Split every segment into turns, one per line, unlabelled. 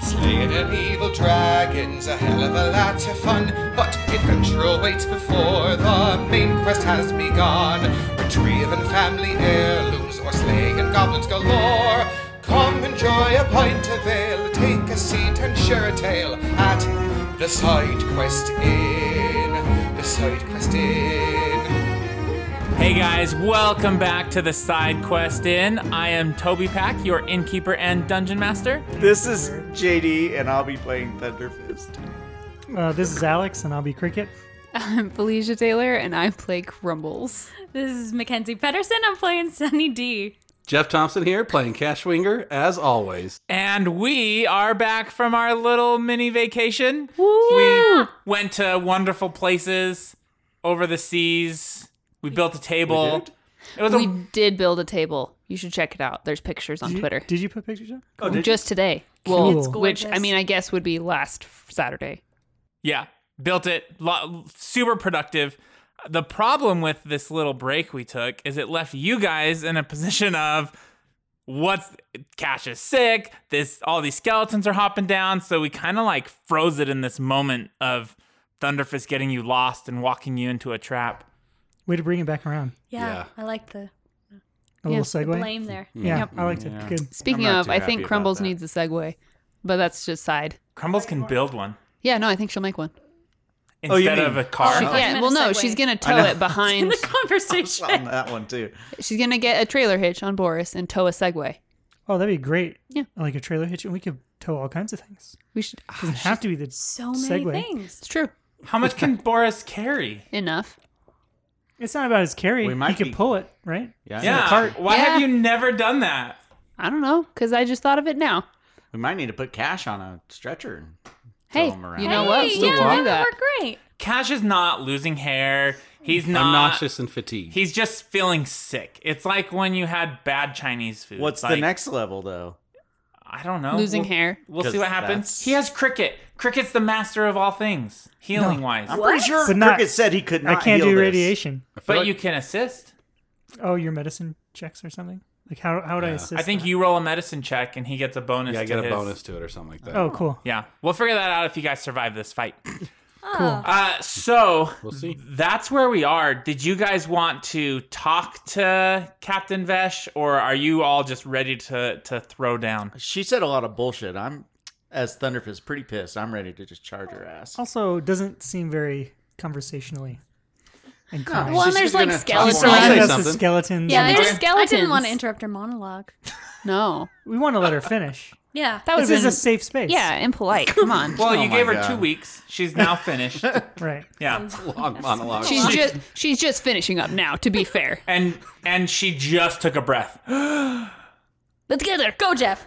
Slaying an evil dragon's a hell of a lot of fun, but adventure awaits before the main quest has begun. Retrieving family heirlooms or slaying goblins galore. Come enjoy a pint of ale, take a seat and share a tale at the Side Quest Inn. The Side Quest Inn.
Hey guys, welcome back to the Side Quest Inn. I am Toby Pack, your innkeeper and dungeon master.
This is JD, and I'll be playing Thunder Fist.
Uh, this is Alex, and I'll be Cricket.
I'm Felicia Taylor, and I play Crumbles.
This is Mackenzie Pedersen. I'm playing Sunny D.
Jeff Thompson here playing Cashwinger as always.
And we are back from our little mini vacation. We went to wonderful places over the seas. We built a table. It was
We
a
did build a table. You should check it out. There's pictures on
Did you-
Twitter.
Did you put pictures up?
Oh, did
Just today. Well,
It's
which I
gorgeous.
mean, I guess would be last f- Saturday.
Yeah, built it. Lo- super productive. The problem with this little break we took is it left you guys in a position of what's Cash is sick. This all these skeletons are hopping down, so we kind of like froze it in this moment of Thunderfist getting you lost and walking you into a trap.
Way to bring it back around.
Yeah,
Yeah.
I like the
A
Yeah,
little segue.
blame there.
Yeah, I liked it.
Yeah.
Good.
Speaking
I'm not
of,
too
I
happy
think
about
Crumbles
that.
needs a segue, but that's just side.
Crumbles can build one
Yeah, no, I think she'll make one.
Oh, you
instead
mean-
of a car.
She Oh.
yeah,
meant
well,
a
no,
segue.
she's gonna
know.
tow it
In
behind.
the conversation.
on that one too.
she's gonna get a trailer hitch on Boris and tow a Segway.
Oh, that'd be great.
Yeah.
Like a trailer hitch, and we could tow all kinds of things.
We should.
Doesn't have to be the
so many
segue.
things.
It's true.
How much can Boris carry?
Enough.
It's not about his carry.
We
He
might
could
be-
pull it, right?
Yeah.
Yeah. Why have
Yeah.
you never done that?
I don't know, cause I just thought of it now.
We might need to put cash on a stretcher. and
Hey,
throw 'em around.
you know what?
Hey,
Still
yeah,
do
that
that.
would work great.
Cash is not losing hair. He's not
Obnoxious and fatigued.
He's just feeling sick. It's like when you had bad Chinese food.
What's the
Like,
next level though?
I don't know.
Losing
Oh, We'll-
hair.
We'll see
'Cause
what happens.
that's-
He has cricket. Cricket's the master of all things, healing wise.
I'm pretty sure
But not-
Cricket said he could not.
I can't
heal
do
this.
radiation.
But you can assist.
Oh, your medicine checks or something. Like how how would I assist?
I think
that?
you roll a medicine check and he gets a bonus.
yeah, I
to
get a
his-
bonus to it or something like that.
Oh, cool.
Yeah, we'll figure that out if you guys survive this fight.
Cool.
Uh, so
We'll see.
that's where we are. Did you guys want to talk to Captain Vesh, or are you all just ready to to throw down?
She said a lot of bullshit. I'm as Thunderfist pretty pissed. I'm ready to just charge her ass.
Also, doesn't seem very conversationally. And kind.
Well, and there's,
She's gonna
like,
talk
skeletons.
more.
I'll say
Surrounding us
something.
with skeletons.
Yeah,
and-
there's
I
skeletons.
didn't want to interrupt her monologue.
No,
we want to let her finish.
Yeah.
that would
this is a
been
safe space.
yeah impolite. Come on.
Well,
Oh
you
my
gave her
God.
two weeks. She's now finished.
Right.
yeah.
Long monologue.
She's just she's just finishing up now. To be fair,
and and she just took a breath.
let's get there.
Go, Jeff.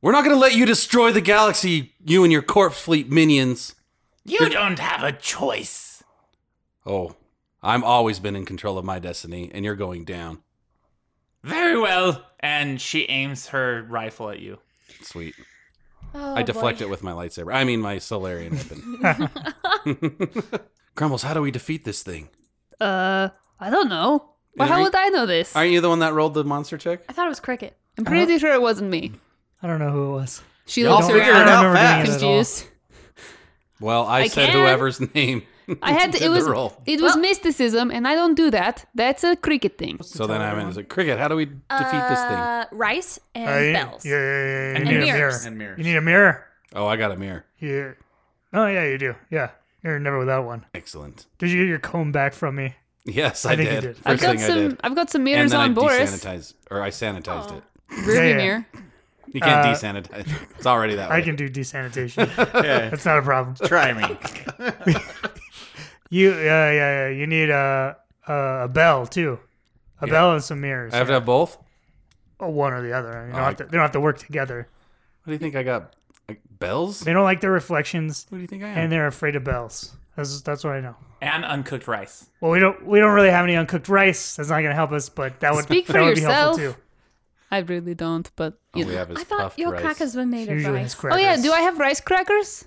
We're not going to let you destroy the galaxy, you and your corpse fleet minions.
You don't have a choice.
Oh, I'm always been in control of my destiny, and you're going down.
Very well. And she aims her rifle at you.
Sweet.
Oh,
I deflect
boy.
it with my lightsaber. I mean, my Solarian weapon. Grumbles, how do we defeat this thing?
Uh, I don't know.
Well, how would
I know this?
Aren't you the one that rolled the monster check?
I thought it was cricket.
I'm pretty sure it wasn't me.
I don't know who it was.
She
Y'all
looks
figure it
I
around
don't
out
remember
fast.
doing it at all.
confused.
Well, I,
I
said
can.
whoever's name.
I had
did
to, it was
the roll.
it was mysticism, and I don't do that. That's a cricket thing.
So then I'm in. It's like, cricket. How do we defeat this thing?
Uh, rice and bells.
Yeah, yeah, yeah, yeah.
And
you need
mirrors.
a
And
mirror.
mirrors.
You need a mirror.
Oh, I got a mirror.
Yeah. Oh yeah, you do. Yeah, you're never without one.
Excellent.
Did you get your comb back from me?
Yes, I,
think you
did.
did.
First
I've got
thing I
some
did.
I've got some
And
mirrors
then I
on Boris.
desanitized, or I sanitized it.
Ruby
Yeah, yeah.
mirror.
You can't
Uh,
desanitize. it. It's already that way.
I can do desanitation.
Yeah,
That's not a problem.
try me.
You, yeah, yeah, yeah. You need a a, a bell too, a bell and some mirrors.
I have to have both. What
Oh, one or the other. You don't
Oh,
have to, they don't have to work together.
do you think I got? Like, bells?
They don't like their reflections,
What do you think I am?
and they're afraid of bells. That's that's what I know.
And uncooked rice.
Well, we don't we don't really have any uncooked rice. That's not going to help us, but that would
Speak
that
for
would
yourself.
be helpful too.
I really don't, but
All
you
Oh, we
know.
have is
I thought
puffed
your
rice.
crackers were made of
Usually it's
rice.
crackers.
Oh yeah, do I have rice crackers?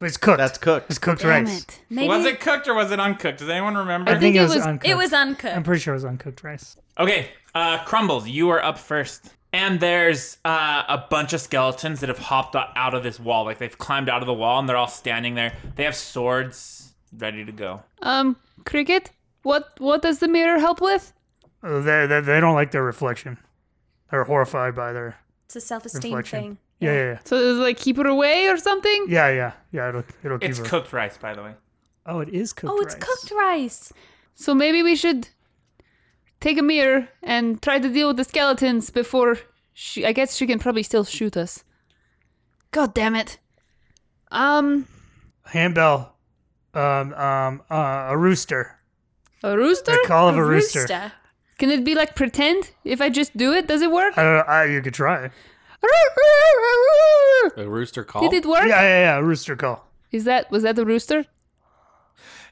But It's cooked.
That's cooked.
it's cooked
Damn
rice.
it.
Maybe
Was it cooked or was it uncooked? Does anyone remember?
I, think, it was,
it
uncooked.
it was uh,
I'm
uncooked.
pretty sure it was uncooked rice.
okay. Uh, Crumbles, you are up first. and there's uh, a bunch of skeletons that have hopped o- out of this wall. Like they've climbed out of the wall and they're all standing there. They have swords ready to go.
Um, Cricket, what what does the mirror help with?
Uh, They, they, they don't like their reflection. They're horrified by their
It's a self-esteem
reflection.
thing.
Yeah, yeah, yeah.
So does it like keep her away or something?
Yeah, yeah, yeah. It'll, it'll keep
It's
her.
cooked rice, by the way.
oh, it is cooked.
Oh, it's
rice.
cooked rice.
So maybe we should take a mirror and try to deal with the skeletons before she I guess she can probably still shoot us. God damn it. Um
Handbell, um, um, uh, a rooster.
a rooster?
The call of a, rooster.
Rooster.
Can it be like pretend if I just do it? Does it work?
I don't know. I, you could try. it.
A rooster call.
Did it work?
Oh, Yeah, yeah, yeah. A rooster call.
Is that was that a rooster?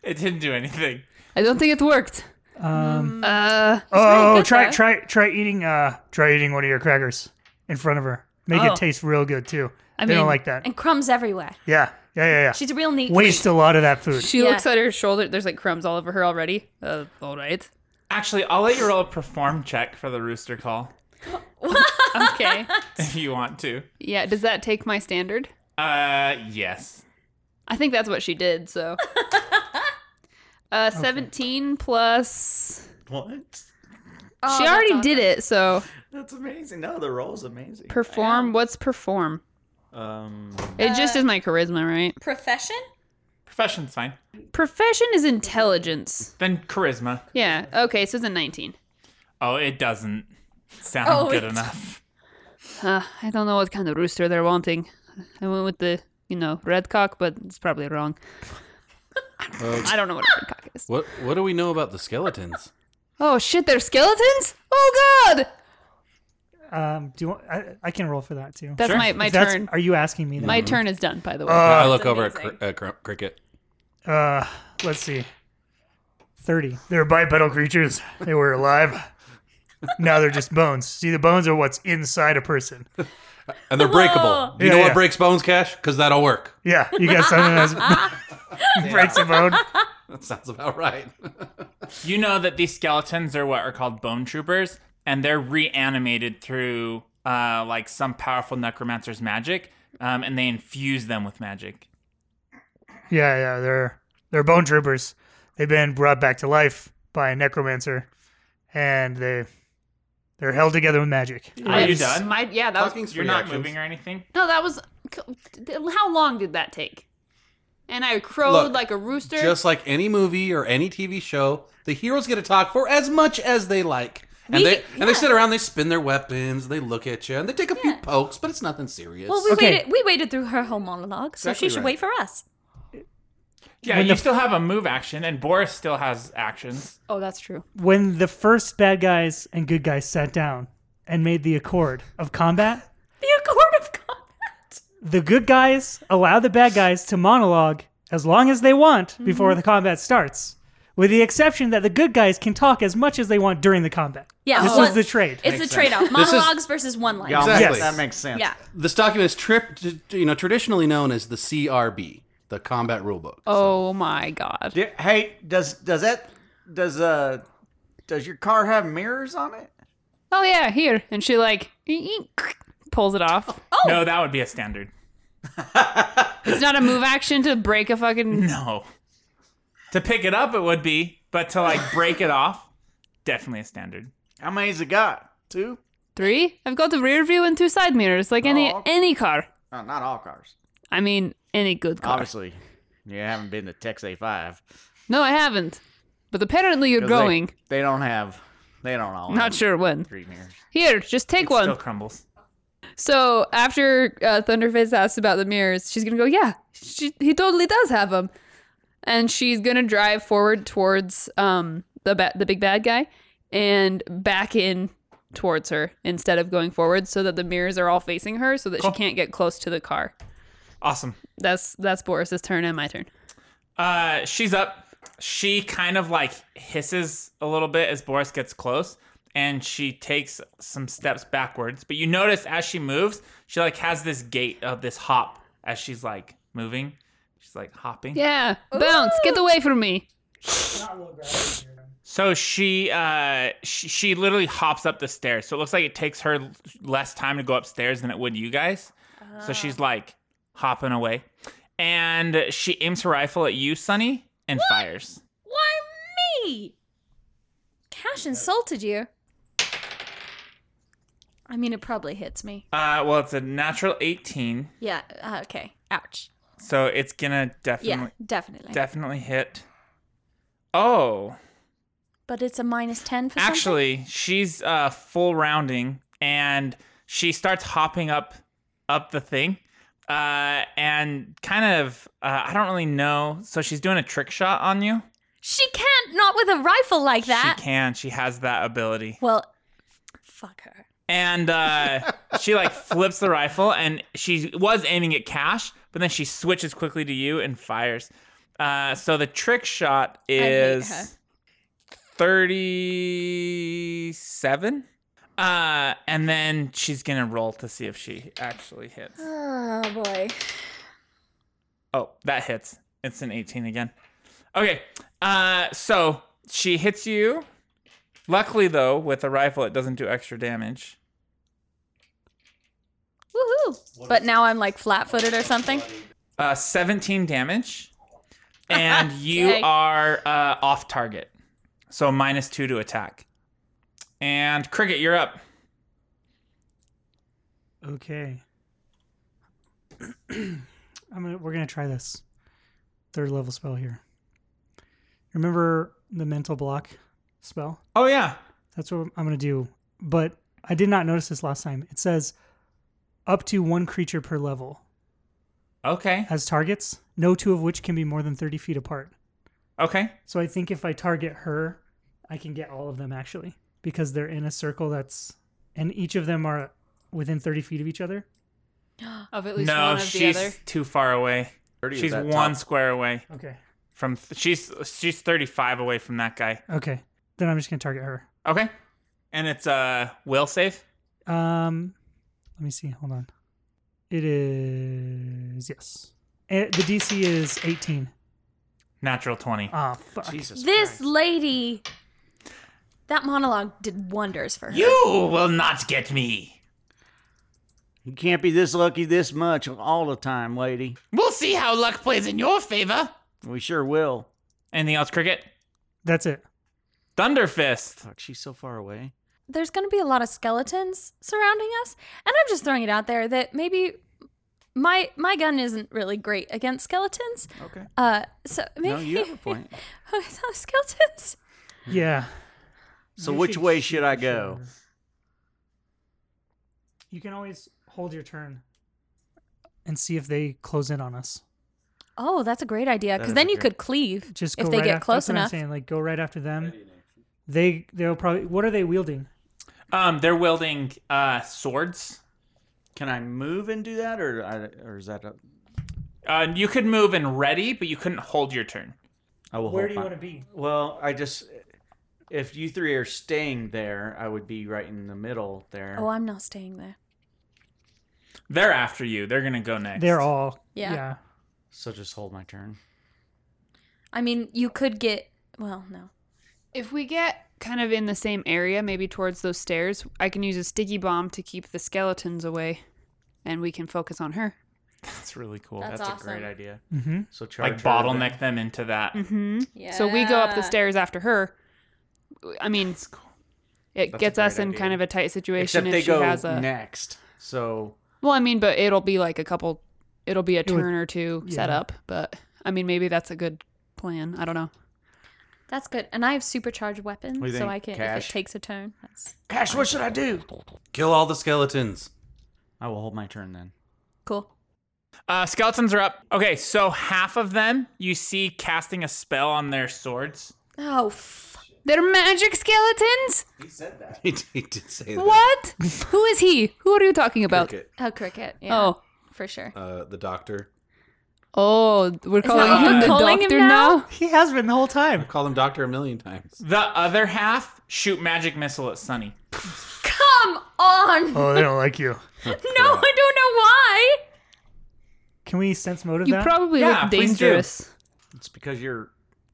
It didn't do anything.
I don't think it worked.
Um.
Uh
Oh,
good,
try,
though.
try, try eating. Uh, try eating one of your crackers in front of her. Make
Oh.
it taste real good too.
I
they
mean-
don't like that.
And crumbs everywhere.
Yeah, yeah, yeah, yeah.
She's a real neat.
Waste a lot of that food.
she
Yeah.
looks at her shoulder. There's like crumbs all over her already. Uh, all right.
Actually, I'll let you roll a perform check for the rooster call
Okay.
if you want to.
yeah. Does that take my standard?
Uh, yes.
I think that's what she did. So. Uh, 17 plus.
What?
Oh,
she
that's
already
awesome.
did it, so
That's amazing. No, the roll's amazing.
perform. What's perform?
Um,
It just is
Uh,
my charisma, right?
Profession?
Profession's fine.
Profession is intelligence.
Then charisma.
Yeah. Okay, so it's a 19.
Oh, it doesn't sound
Oh,
good
it-
enough.
Uh, I don't know what kind of rooster they're wanting. I went with the, you know, red cock, but it's probably wrong.
Uh,
I don't know what a red cock is.
What What do we know about the skeletons?
Oh shit, they're skeletons? Oh god!
Um, do you want, I, I can roll for that too.
That's
Sure.
my, my
If that's-
turn.
Are you asking me? That?
My turn is done, by the way.
I
Uh,
look over at cr- uh, cr- cricket.
uh, let's see. Thirty. They're bipedal creatures. They were alive. now they're just bones. See, the bones are what's inside a person.
And they're breakable.
Whoa.
You know
Yeah,
what
yeah.
breaks bones, Cash? Because that'll work.
Yeah, you got something that breaks a bone.
That sounds about right.
You know that these skeletons are what are called bone troopers, and they're reanimated through uh, like some powerful necromancer's magic, um, and they infuse them with magic.
Yeah, yeah, they're they're bone troopers. They've been brought back to life by a necromancer, and they they're held together with magic.
Are you
Yes.
done?
My, yeah, that was.
Talking's
You're
free
not
actions.
moving or anything.
No, that was. How long did that take? And I crowed
Look,
like a rooster.
Just like any movie or any TV show, the heroes get to talk for as much as they like. And
We-
they and they
yeah.
sit around, they spin their weapons, they look at you, and they take a few
Yeah.
pokes, but it's nothing serious.
Well, we
Okay.
waited. We waited through her whole monologue, so
Exactly
she should
right.
wait for us.
Yeah, you still have a move action, and Boris still has actions.
oh, that's true.
When the first bad guys and good guys sat down and made the accord of combat,
The Accord of Combat.
the good guys allow the bad guys to monologue as long as they want before the combat starts, with the exception that the good guys can talk as much as they want during the combat.
Yeah,
this
well-
is the trade.
It's the trade-off:
This is-
monologues versus one-liners.
yeah,
Exactly.
that makes sense.
Yeah.
this document is trip, you know, traditionally known as the CRB, the Combat Rulebook.
Oh my god.
Do- hey, does does that does uh does your car have mirrors on it?
Oh yeah, here. And she like pulls it off.
Oh!
No, that would be a standard.
It's not a move action to break a fucking.
No. To pick it up, it would be, but to like break it off, definitely a standard.
How many's it got? Two?
Three? I've got a rear view and two side mirrors, like any
Oh.
any car.
No, not all cars.
I mean, any good car.
Obviously, you haven't been to Tex A5.
No, I haven't. But apparently you're
'Cause
going.
They, they don't have. They don't all.
Not
have
sure when.
Three mirrors.
Here, just take one.
Still crumbles.
So after uh, Thunderfist asks about the mirrors, she's gonna go, "Yeah, she, he totally does have them," and she's gonna drive forward towards um, the ba- the big bad guy and back in towards her instead of going forward, so that the mirrors are all facing her, so that she can't get close to the car.
Awesome.
That's that's Boris's turn and my turn.
Uh, she's up. She kind of like hisses a little bit as Boris gets close, and she takes some steps backwards. But you notice as she moves, she like has this gait of this hop as she's like moving. She's like hopping.
Yeah, bounce, get away from me.
So she uh she, she literally hops up the stairs. So it looks like it takes her l- less time to go upstairs than it would you guys. So she's like hopping away. And she aims her rifle at you, Sonny, and fires.
Why me? Cash insulted you. I mean, it probably hits me.
Uh well, it's a natural 18,
Yeah. Uh, okay. Ouch.
so it's going to definitely
Yeah, definitely.
definitely hit. Oh,
but it's a minus ten for something?
actually, she's uh full rounding and she starts hopping up up the thing. Uh and kind of uh, I don't really know. So she's doing a trick shot on you.
She can't. Not with a rifle like that.
She can. She has that ability.
Well, fuck her.
And uh she like flips the rifle and she was aiming at Cash, but then she switches quickly to you and fires. Uh so the trick shot
hate
is
her.
37 uh and then she's gonna roll to see if she actually hits
Oh boy.
oh that hits it's an 18 again okay uh so she hits you luckily though with a rifle it doesn't do extra damage
Woohoo! But now I'm like flat-footed or something.
uh 17 damage and you
Yay.
are uh off target so minus two to attack and cricket you're up
Okay. I'm gonna, we're gonna try this third level spell here. Remember the mental block spell?
oh yeah
That's what I'm gonna do. But I did not notice this last time. It says up to one creature per level
okay
as targets, no two of which can be more than 30 feet apart.
okay
So I think if I target her, I can get all of them actually because they're in a circle that's and each of them are within 30 feet of each other.
Of at least
no,
one of
she's
the other.
too far away.
Thirty is
She's
that
one
top?
square away
Okay.
from. Th- she's she's thirty five away from that guy.
Okay. Then I'm just going to target her.
Okay, and it's uh will save.
Um, let me see. Hold on. It is yes. Eh, the DC is 18.
Natural twenty.
Ah, fuck.
Jesus.
This
Christ.
lady. That monologue did wonders for her.
You will not get me.
You can't be this lucky this much all the time, lady.
We'll see how luck plays in your favor.
We sure will.
Anything else, cricket?
That's it.
Thunderfist.
Fuck, she's so far away.
There's going to be a lot of skeletons surrounding us, and I'm just throwing it out there that maybe my my gun isn't really great against skeletons.
Okay.
Uh, so maybe
No, you have a point.
Oh, so skeletons.
Yeah.
Hmm. So
You
which
should
way
shoot
should I
the
go?
shoulder. You can always hold your turn and see if they close in on us.
Oh, that's a great idea
That
because
is
then
a
you
great-
could cleave
Just go
if they
right
get
after,
close
that's what I'm
enough.
saying, like go right after them. They they'll probably what are they wielding?
Um, they're wielding uh swords.
Can I move and do that, or I- or is that a?
Uh, you could move and ready, but you couldn't hold your turn.
I will.
Where
hold
do you
my-
want to be?
Well, I just if you three are staying there, I would be right in the middle there.
Oh, I'm not staying there.
They're after you. They're gonna go next.
They're all
Yeah.
yeah.
so just hold my turn.
I mean, you could get. Well, no.
If we get kind of in the same area, maybe towards those stairs, I can use a sticky bomb to keep the skeletons away, and we can focus on her.
That's really cool.
That's
That's
awesome.
a great idea.
Mm-hmm.
So charge
like
her then.
bottleneck them into that.
Mm-hmm. So we go up the stairs after her. I mean, it
That's a
gets us
great
in
idea.
kind of a tight situation
Except
if
they
she
go
has a.
next. So
Well, I mean, but it'll be like a couple. It'll be a
would-
turn or two set
yeah.
up, but I mean, maybe that's a good plan. I don't know.
That's good. And I have supercharged weapons,
What do you
so
think,
I can. If
Cash?
it takes a turn, that's
Cash, what should I do?
Kill all the skeletons.
I will hold my turn then.
cool.
Uh, skeletons are up. Okay, so half of them you see casting a spell on their swords.
Oh, f-
They're magic skeletons.
he did say that.
What? Who is he? Who are you talking about?
Cricket,
oh, cricket. Yeah,
Oh,
for sure.
uh, the doctor.
oh, we're calling
that what
him
we're
the
calling him
doctor
now?
now.
He has been the whole time.
I've called him doctor a million times.
The other half shoot magic missile at Sunny.
Come on.
Oh, they don't like you.
No, I don't know why.
Can we sense motive
You
that?
probably
Yeah,
look
please do.
dangerous.
It's because you're.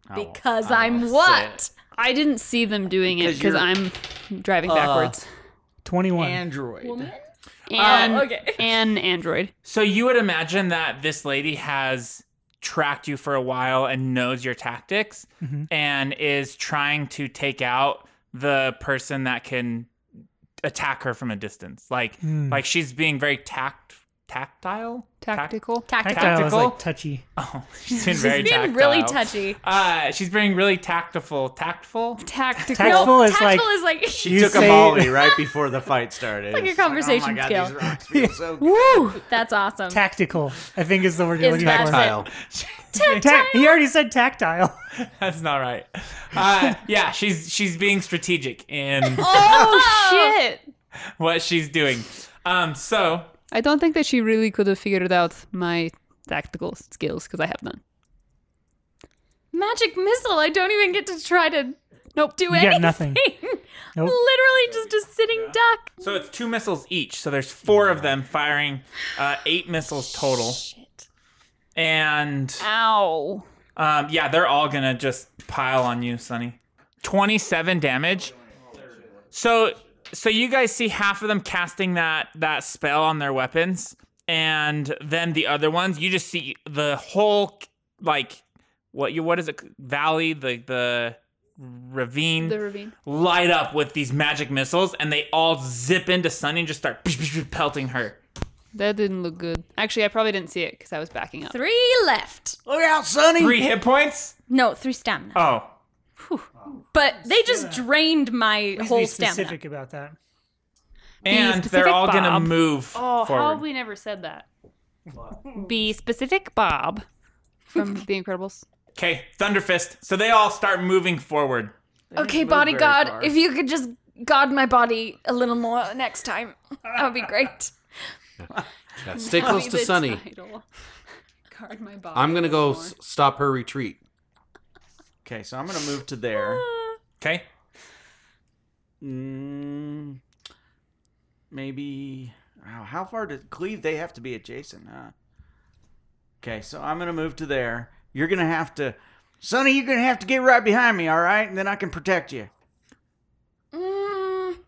I won't-
Because
I
I'm
won't say
what?
it.
I didn't see them doing it
'Cause
because
you're-
I'm driving backwards.
21.
Android.
And,
okay.
and Android.
So you would imagine that this lady has tracked you for a while and knows your tactics
Mm-hmm.
and is trying to take out the person that can attack her from a distance. Like
Hmm.
like she's being very tact tactile? Tac-
Tactical.
Tactical.
Tactile is
Tactical?
like touchy.
oh, she's been very
She's being
tactile.
really touchy.
Uh, she's being really tactful, tactful.
Tactical.
Tactful
No,
is like
tactful is like,
She
You
took
say-
a volley right before the fight started.
like a
It's like,
conversation
oh my God,
skill.
These rocks feel so good.
Woo! That's awesome.
tactical. I think is the word you're
Is
looking
that
for.
Tactile.
Ta- he already said tactile.
That's not right. Uh, yeah, she's she's being strategic in
Oh shit!
what she's doing. Um, so
I don't think that she really could have figured out my tactical skills because I have none.
Magic missile. I don't even get to try to nope do
You
anything.
got nothing. Nope.
Literally just a sitting duck.
So it's two missiles each. So there's four of them firing uh, eight missiles total.
Shit.
And
Ow!
um, yeah, they're all going to just pile on you, Sonny. 27 damage. So so you guys see half of them casting that that spell on their weapons and then the other ones you just see the whole like what you what is it valley the the ravine
The ravine.
light up with these magic missiles and they all zip into Sunny and just start pelting her.
That didn't look good. Actually, I probably didn't see it because I was backing up.
Three left.
Look out, Sonny.
Three hit points?
No, three stamina.
Oh.
but they just drained my
Please
whole
be
stamina.
specific about that.
And they're
specific,
all gonna
Bob.
move
Oh, how
forward.
have we never said that? Be specific, Bob, from The Incredibles.
okay, Thunderfist. So they all start moving forward.
Okay, bodyguard, if you could just guard my body a little more next time, that would be great.
Yeah, stay close to Sunny.
Guard my body.
I'm gonna go s- stop her retreat.
Okay, so I'm gonna move to there.
Okay?
Mm, maybe. Wow, how far did Cleve? They have to be adjacent, huh? Okay, so I'm gonna move to there. You're gonna have to, Sonny. You're gonna have to get right behind me, all right? And then I can protect you,
Mm,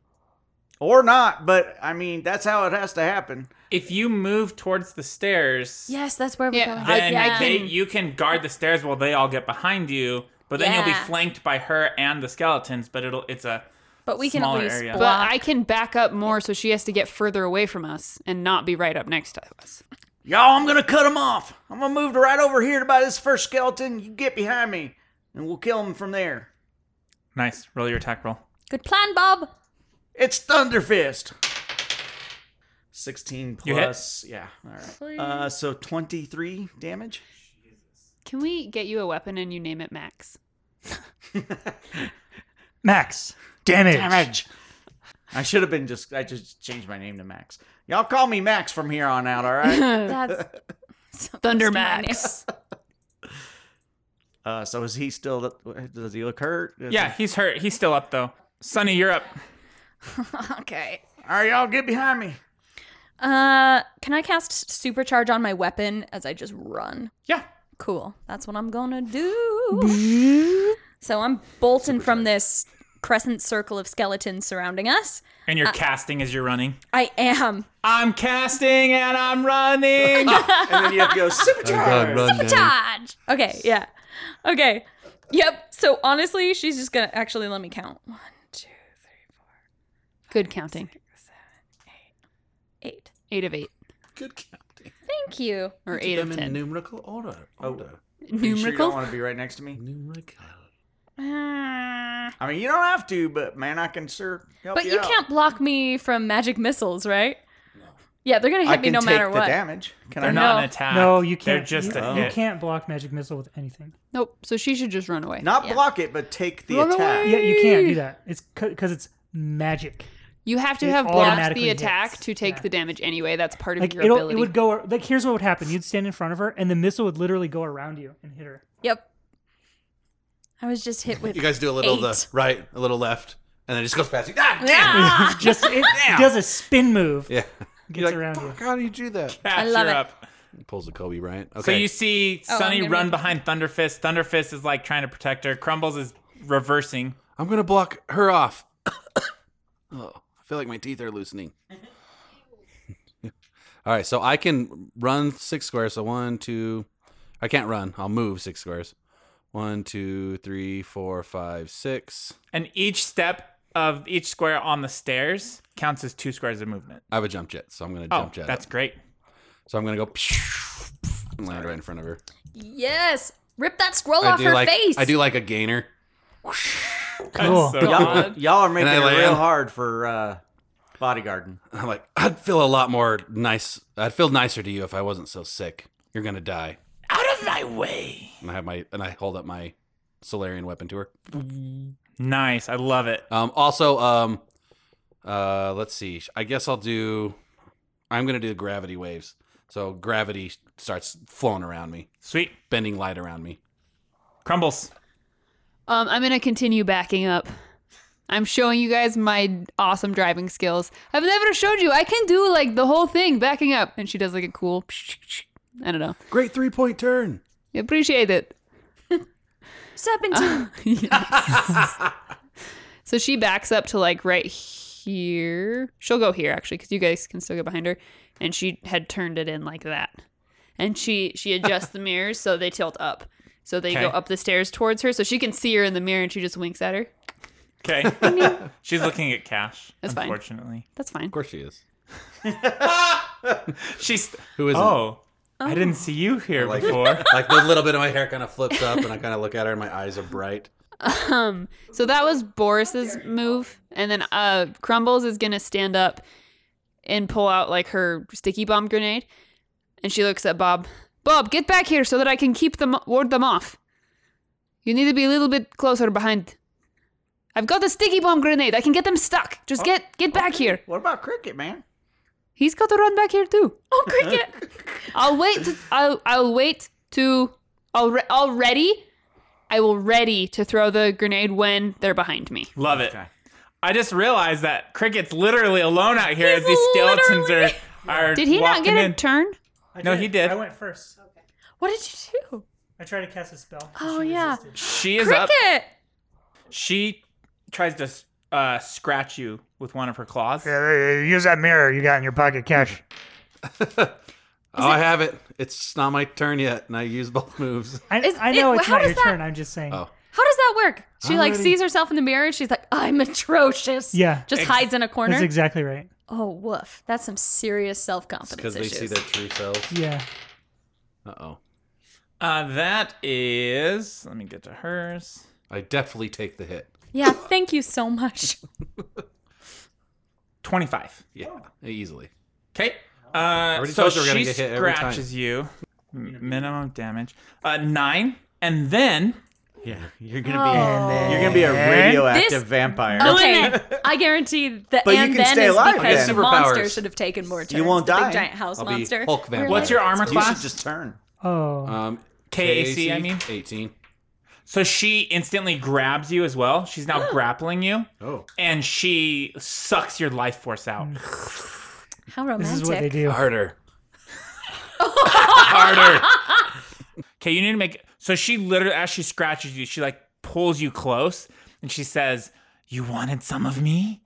or not. But I mean, that's how it has to happen.
If you move towards the stairs,
yes, that's where we
Yeah,
go.
then
yeah.
they, you can guard the stairs while they all get behind you, but then you'll
Yeah.
be flanked by her and the skeletons, but it'll it's a
but we can at
smaller
least
area.
block.
But I can back up more, so she has to get further away from us and not be right up next to us.
Y'all, I'm gonna cut him off. I'm gonna move to right over here to by this first skeleton. You get behind me, and we'll kill him from there.
nice. Roll your attack roll.
Good plan, Bob.
It's Thunderfist. 16
You hit?
plus. Yeah. All right. Uh, so 23 damage.
Can we get you a weapon and you name it Max?
Max. Damage.
I should have been just, I just changed my name to Max. Y'all call me Max from here on out, all right?
That's
Thunder
Max.
uh, so is he still, does he look hurt? Is
Yeah, he's hurt. He's still up though. Sonny, you're up.
okay.
he- all right, y'all get behind me.
Uh, can I cast supercharge on my weapon as I just run?
Yeah.
Cool. That's what I'm gonna do. so I'm bolting from this crescent circle of skeletons surrounding us.
And you're casting as you're running.
I am
I'm casting and I'm running.
And then you have to go supercharge.
charge. Okay, yeah. Okay. Yep. So honestly, she's just gonna actually let me count. One, two,
Good counting.
eight.
Eight of eight.
Good counting.
Thank you.
Or
Did
eight
them
of
in
ten.
numerical order. Order.
Are you sure you don't
Numerical?
want to be right next to me?
Numerical.
Ah.
I mean, you don't have to, but man, I can sure help
But
you
you
out.
can't block me from magic missiles, right? Yeah, they're gonna hit
I
me
can
no
take
matter
the
what.
damage. Can I
They're
No.
not an attack.
No, you
They're
can't.
just
you,
a
you
hit.
can't block magic missile with anything.
Nope. So she should just run away.
Not
Yeah.
block it, but take the
Run
attack.
Yeah, you can't do that. It's because it's magic.
you have to
It
have blocked
automatically
the attack
hits.
to take
Yeah.
the damage anyway. That's part of
Like
your
it'll,
ability.
it would go like here's what would happen. You'd stand in front of her, and the missile would literally go around you and hit her.
Yep. I was just hit with
You guys do a little of
Eight.
the right, a little left, and then it just goes past you. Ah,
Ah!
Just it does a spin move.
Yeah.
Gets around you.
How do you do that?
Pat,
I love
you're
it. Oh,
up.
Pulls a Kobe Bryant.
So
Okay.
you see
I'm
Sunny
gonna
run
make-
behind Thunderfist. Thunderfist is like trying to protect her. Crumbles is reversing.
I'm gonna block her off. oh, I feel like my teeth are loosening. All right, so I can run six squares. So one, two, I can't run. I'll move six squares. One, two, three, four, five, six.
And each step of each square on the stairs counts as two squares of movement.
I have a jump jet, so I'm gonna
Oh,
jump jet.
that's
up.
great.
So I'm gonna go and land right in front of her.
Yes. Rip that scroll
I
off
do
her
like
face.
I do like a gainer.
Cool.
That's so
Y'all,
good.
y'all are making
I
it real
land?
hard for uh, bodyguarding.
I'm like, I'd feel a lot more nice. I'd feel nicer to you if I wasn't so sick. You're gonna die.
Out of my way.
And I have my and I hold up my Solarian weapon to her.
Nice. I love it.
Um, also, um, uh, let's see. I guess I'll do. I'm gonna do gravity waves. So gravity starts flowing around me,
Sweet.
bending light around me.
Crumbles.
Um, I'm gonna continue backing up. I'm showing you guys my awesome driving skills. I've never showed you. I can do like the whole thing backing up, and she does like a cool. I don't know.
Great three point turn.
Appreciate it.
Serpentine.
So she backs up to like right here. She'll go here actually, because you guys can still get behind her. And she had turned it in like that. And she she adjusts the mirrors so they tilt up. So they go
Okay.
up the stairs towards her, so she can see her in the mirror, and she just winks at her.
Okay. She's looking at cash.
That's fine.
unfortunately.
That's fine.
Of course she is.
She's
Who is it?
oh, I didn't see you here
Like-
before.
Like the little bit of my hair kind of flips up, and I kind of look at her, and my eyes are bright.
Um, so that was Boris's move, and then uh, Crumbles is gonna stand up and pull out like her sticky bomb grenade, and she looks at Bob. Bob, get back here so that I can keep them ward them off. You need to be a little bit closer behind. I've got a sticky bomb grenade. I can get them stuck. Just get get back here.
Oh, What about cricket, man?
He's got to run back here too.
oh, cricket.
I'll wait. To, I'll I'll wait to. I'll re- I'll ready. I will ready to throw the grenade when they're behind me.
Love it.
Okay.
I just realized that Cricket's literally alone out here as these skeletons are, are.
Did he not
walking
get a
in.
turn?
I
No, he did.
I went first.
What did you do?
I tried to cast a spell. and
Oh,
she
yeah.
resisted.
She is up.
Cricket.
She tries to uh, scratch you with one of her claws.
Yeah, there you- use that mirror you got in your pocket, Cash.
oh, I have it. It's just not my turn yet, and I use both moves.
I,
Is-
I know
it-
it's
how
not your
does that-
turn. I'm just saying.
Oh.
How does that work? She
I'm
like
ready.
sees herself in the mirror. She's like, I'm atrocious.
Yeah.
Just
Ex-
hides in a corner.
That's exactly right.
oh, woof. That's some serious self
Because
confidence
they
issues.
see their true selves.
Yeah.
Uh oh.
Uh, that is. Let me get to hers.
I definitely take the hit.
yeah. Thank you so much.
25.
Yeah, easily.
Okay. Uh,
already
so
told you we're
she
gonna get hit every time.
scratches you.
Mm-hmm.
M- Minimum damage. Uh, nine. And then.
Yeah, you're gonna be
Oh.
you're gonna be a
And-
radioactive
This-
vampire.
Oh.
Okay, I guarantee that.
But you
and
can
then
stay
is
alive
because
then.
the monster
Superpowers.
should have taken more turns.
won't
the
die.
Big giant house
I'll be
monster.
Hulk
We're
vampire.
What's your armor
You should
class?
just turn.
Oh.
Um,
KAC, I mean.
18.
So she instantly grabs you as well. She's now grappling you.
Oh.
And she sucks your life force out.
Mm.
How
This
romantic.
is what they do.
Harder. Harder.
Okay, you need to make. So she literally, as she scratches you, she like pulls you close and she says, You wanted some of me?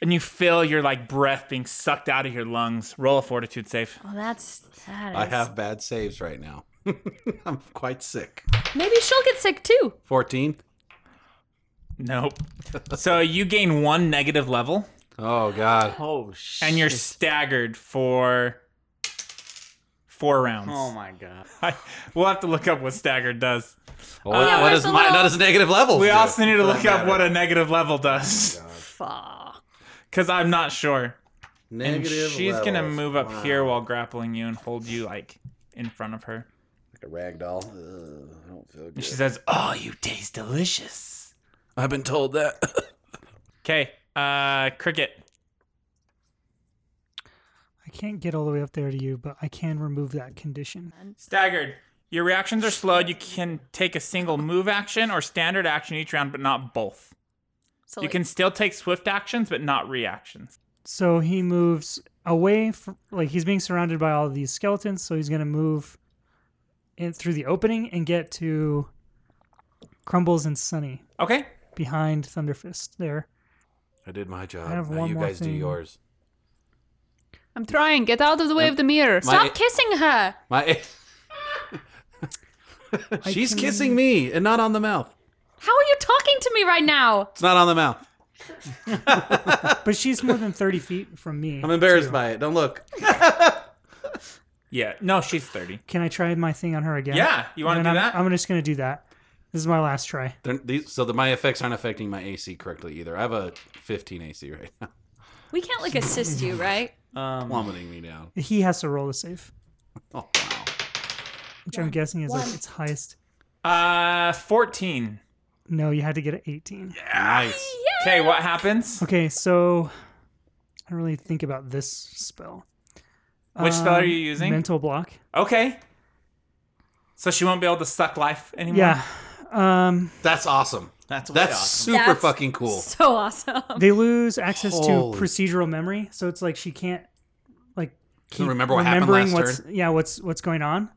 And you feel your like breath being sucked out of your lungs. Roll a fortitude save.
Well, that's that is.
I have bad saves right now. I'm quite sick.
Maybe she'll get sick too.
14.
Nope. so you gain one negative level
Oh, God.
Oh shit!
and you're staggered for four rounds.
Oh my god!
I, we'll have to look up what staggered does.
Well, what- what
where's
is
the
my,
little-
not as negative levels?
We
do?
also need to look
Doesn't
up what
matter.
a negative level does
Fuck.
because I'm not sure. And
negative
she's gonna
levels.
move up
Wow.
here while grappling you and hold you like in front of her.
Like a rag doll. Ugh, I don't feel
And
good.
she says, "Oh, you taste delicious."
I've been told that.
Okay, uh, cricket.
I can't get all the way up there to you, but I can remove that condition.
Staggered. Your reactions are slowed. You can take a single move action or standard action each round, but not both.
So
You
like,
can still take swift actions, but not reactions.
So he moves away. From, like he's being surrounded by all these skeletons, so he's gonna move in through the opening and get to Crumbles and Sunny.
Okay.
behind Thunderfist there.
I did my job.
I have
now
one
you
more
guys do
thing.
yours.
I'm trying. Get out of the way of the mirror.
Stop
My-
kissing her.
My She's kissing me and not on the mouth.
How are you talking to me right now?
It's not on the mouth.
But she's more than 30 feet from me.
I'm embarrassed by it. Don't look.
Yeah. No, she's 30.
Can I try my thing on her again?
Yeah, you wanna
And
do
I'm,
that?
I'm just going to do that. This is my last try.
They're, these, so the, my effects aren't affecting my AC correctly either. I have a 15 AC right now,
We can't like assist you, right?
Um,
plummeting me down.
He has to roll a save,
Oh wow!
which I'm guessing is like its highest.
Uh, 14.
No, you had to get an 18.
Nice.
Okay, what happens?
Okay, so I don't really think about this spell.
Which spell are you using?
Mental block.
Okay. So she won't be able to suck life anymore?
Yeah. Um,
That's awesome.
that's way
That's
awesome.
super
That's
fucking cool.
So awesome.
they lose access
Holy-
to procedural memory, so it's like she can't like keep
remember what happened
remembering
last
what's yeah what's what's going on,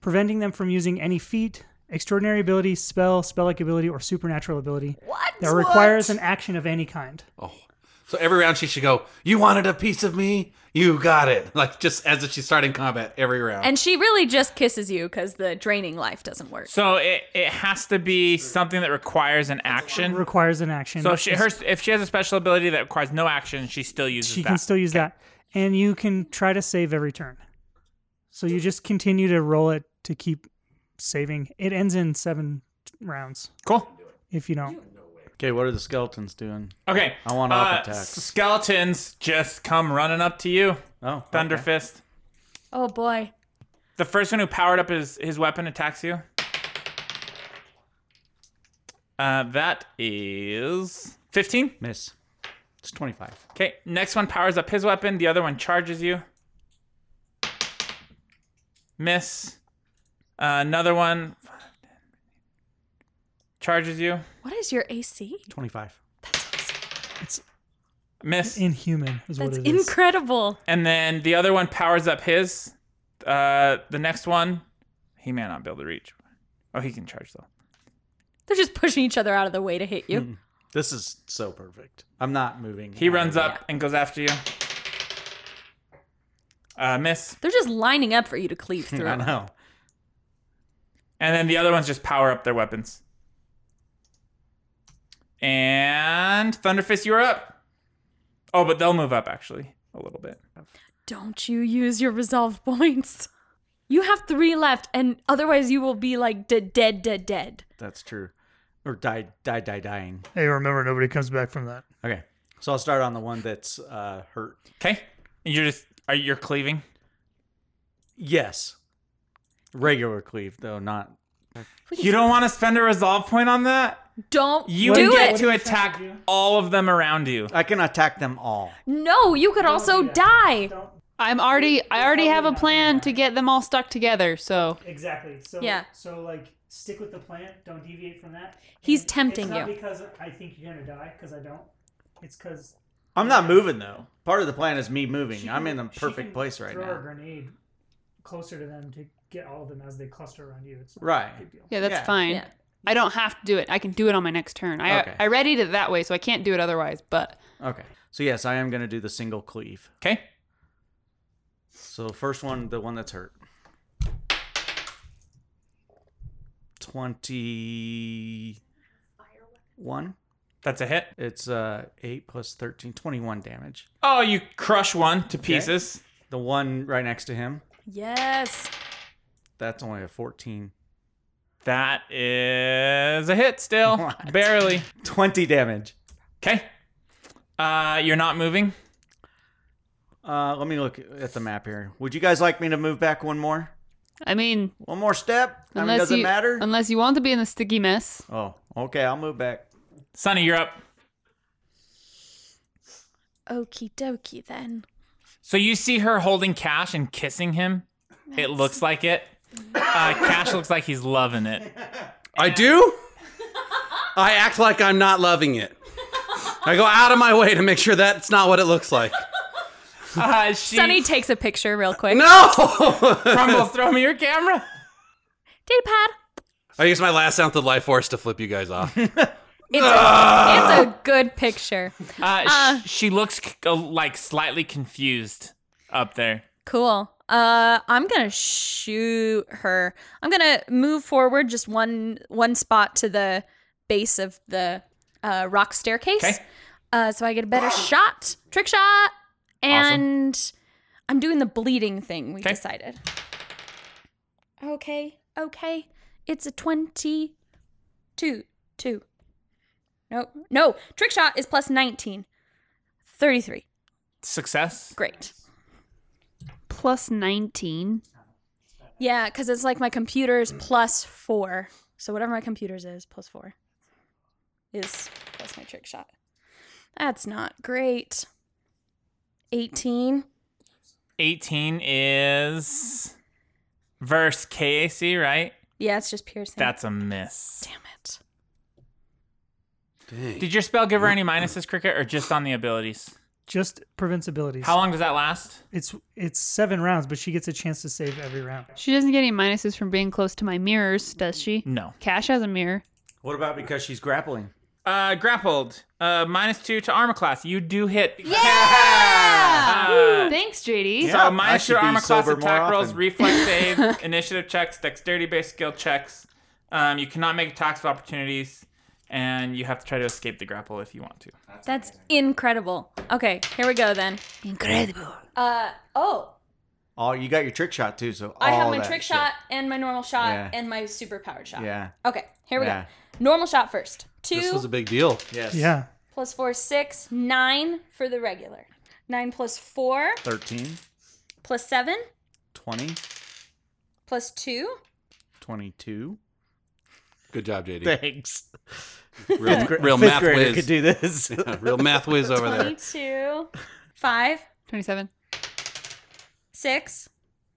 preventing them from using any feat, extraordinary ability, spell, spell-like ability, or supernatural ability
What?
that requires an action of any kind.
Oh, so every round she should go. You wanted a piece of me. You got it. Like just as if she's starting combat every round.
And she really just kisses you because the draining life doesn't work.
So it, it has to be something that requires an action.
Requires an action.
So if she, her, if she has a special ability that requires no action, she still uses
she
that.
can still use that, and you can try to save every turn. So you just continue to roll it to keep saving. It ends in seven rounds
cool.
if you don't.
Okay, what are the skeletons doing?
Okay.
I want
uh,
op attack.
Skeletons just come running up to you.
Oh,
Thunder
okay.
fist.
Oh boy.
The first one who powered up his, his weapon attacks you. Uh, that is 15.
Miss. It's 25.
Okay, next one powers up his weapon. The other one charges you. Miss. Uh, another one charges you.
What is your AC?
25.
Miss.
Inhuman is
That's
what it is.
incredible.
And then the other one powers up his. Uh, the next one, he may not be able to reach. Oh, he can charge though.
They're just pushing each other out of the way to hit you.
This is so perfect. I'm not moving.
He runs up and goes after you. Uh, miss.
They're just lining up for you to cleave
I
through.
know.
And then the other ones just power up their weapons. And Thunderfist, you're up. Oh, but they'll move up actually a little bit.
Don't you use your resolve points. You have three left, and otherwise you will be like dead, dead, dead, dead.
That's true. Or die, die, die, dying.
Hey, remember nobody comes back from that.
Okay. So I'll start on the one that's uh, hurt.
Okay. And you're just are you're cleaving.
Yes. Regular cleave, though, not.
You don't want to spend a resolve point on that.
Don't
You
do
would get
it.
to attack all of them around you.
I can attack them all.
no, you could also die.
I'm already. I already have a plan to get them all stuck together. So
Exactly. So
Yeah.
So like, stick with the plan. Don't deviate from that.
He's tempting
it's not
you.
Because I think you're gonna die, because I don't. It's because
I'm not moving, though. Part of the plan is me moving. I'm in the perfect place right
throw a
now.
grenade closer to them to get all of them as they cluster around you. It's
Right.
yeah, that's
Yeah,
fine.
yeah.
I don't have to do it. I can do it on my next turn. I
Okay.
I readied it that way, so I can't do it otherwise. But
Okay. So, yes, I am going to do the single cleave.
Okay.
So, the first one, the one that's hurt. 21.
That's a hit.
It's uh 8 plus 13, 21 damage.
Oh, you crush one to pieces.
The one right next to him,
Yes.
that's only a 14.
That is a hit still.
What?
Barely.
20 damage.
Okay. Uh, you're not moving.
Uh, let me look at the map here. Would you guys like me to move back one more?
I mean,
One more step? I mean,
unless
does
you
it matter?
unless you want to be in a sticky mess,
oh, okay. I'll move back.
Sonny, you're up.
Okie dokie then.
So you see her holding Cash and kissing him. It looks like it. Uh, Cash looks like he's loving it.
I do. I act like I'm not loving it. I go out of my way to make sure that's not what it looks like.
Uh, she
Sunny takes a picture real quick.
No.
crumbles. Throw me your camera.
Datapad.
I use my last ounce of life force to flip you guys off.
It's a, it's a good picture.
Uh, sh-
Uh.
she looks c- uh, like slightly confused up there.
Cool. Uh, I'm gonna shoot her. I'm gonna move forward just one one spot to the base of the uh, rock staircase,
Okay.
uh, so I get a better shot, trick shot, and I'm doing the bleeding thing. We
Okay.
decided. Okay, okay. It's a twenty-two. Two. No, no. Trick shot is plus nineteen. Thirty-three.
Success.
Great.
Plus 19.
Yeah, because it's like my computer's plus four. So whatever my computer's is, plus four is plus my trick shot. That's not great. 18.
18 is verse KAC, right?
Yeah, it's just piercing.
That's a miss.
Damn it.
Dang.
Did your spell give her any minuses, Cricket, or just on the abilities?
Just prevents abilities.
How long does that last?
It's it's seven rounds, but she gets a chance to save every round.
She doesn't get any minuses from being close to my mirrors, does she?
Mm.
No.
Cash has a mirror.
What about because she's grappling?
Uh, grappled. Uh, minus two to armor class. You do hit. Uh,
Thanks, JD.
Yeah.
So
I
minus
should
your
be
armor class,
sober more
attack rolls,
often.
reflex saves, initiative checks, dexterity based skill checks. Um, you cannot make attacks of opportunities, and you have to try to escape the grapple if you want to.
That's incredible. Okay, here we go then.
Incredible.
Uh oh,
Oh, you got your trick shot too. So
I have
all
my
that
trick
shit.
shot and my normal shot
Yeah.
and my superpowered shot.
Yeah.
Okay, here we
Yeah.
go. Normal shot first.
This
Two
was a big deal.
Yes.
Yeah.
plus four, six, nine for the regular. Nine plus four
13,
plus seven
20,
plus two.
22.
Good job, JD.
Thanks.
Real, real
Fifth
math
grader
whiz.
could do this.
Yeah, real math whiz over there.
22, 5,
27.
6,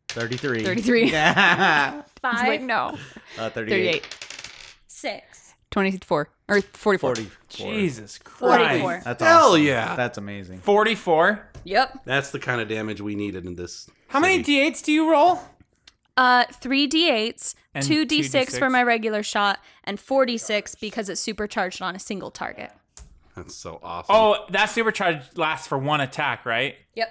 33.
33.
Yeah.
I was
5,
like, no.
Uh, 38.
38.
6.
24. Or 44.
44.
Jesus Christ.
44.
That's
Hell
awesome.
yeah.
That's amazing.
44.
Yep.
That's the kind of damage we needed in this.
How many
city.
d8s do you roll?
Uh, 3 d8s,
And
2 d6 for
2d6.
my regular shot, and 46 because it's supercharged on a single target.
That's so awesome.
Oh, that supercharge lasts for one attack, right?
Yep.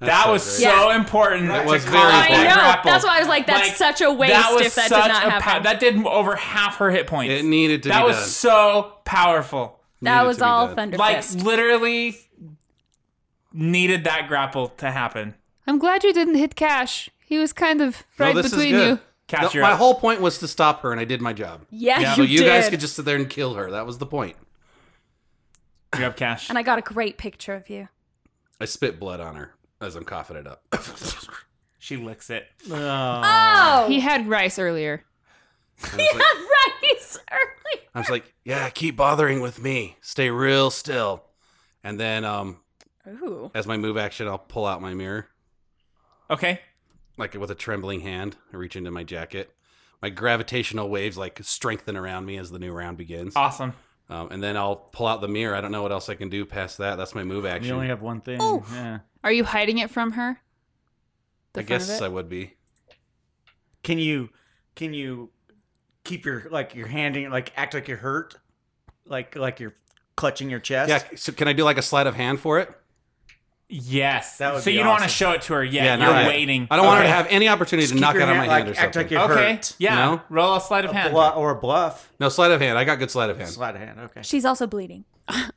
That's
that
so
was
great.
so important. That
was very important.
I know. That's why I was like, that's such a waste
was
if that did
such
not
a
happen.
that did m- over half her hit points.
It needed to
that
be
was
done.
so powerful.
That
Needed
was
to be
all
done.
Thunder
like
Fist.
literally needed that grapple to happen.
I'm glad you didn't hit Cash. He was kind of
No,
right
this is
between
good.
you.
No,
Catch your
my whole point was to stop her, and I did my job.
Yeah,
Yeah,
So
you,
you
did.
guys could just sit there and kill her. That was the point.
you're up cash.
and I got a great picture of you.
I spit blood on her as I'm coughing it up.
She licks it.
Uh,
Oh!
He had rice earlier.
I was like,
Rice early.
I was like, yeah, keep bothering with me. Stay real still. And then um,
Ooh.
as my move action, I'll pull out my mirror,
Okay.
like with a trembling hand. I reach into my jacket. My gravitational waves like strengthen around me as the new round begins.
Awesome.
Um, and then I'll pull out the mirror. I don't know what else I can do past that. That's my move action.
You only have one thing. Yeah.
Are you hiding it from her? The
I
front of
guess
it?
I would be.
Can you can you keep your like your hand in like act like you're hurt? Like like you're clutching your chest?
Yeah. So can I do like a sleight of hand for it?
Yes.
That would
so
be
you don't want to
awesome.
show it to her yet.
Yeah,
you're
no, I-
waiting.
I don't want her to
Okay.
have any opportunity
Just
to
keep
knock
your
out of my
hand-
hand or
like,
something.
act like you're
Okay.
hurt.
Yeah.
No?
Roll a sleight of
A
hand.
blu- or a bluff.
no sleight of hand. I got good sleight of hand.
Sleight of hand. Okay.
She's also bleeding.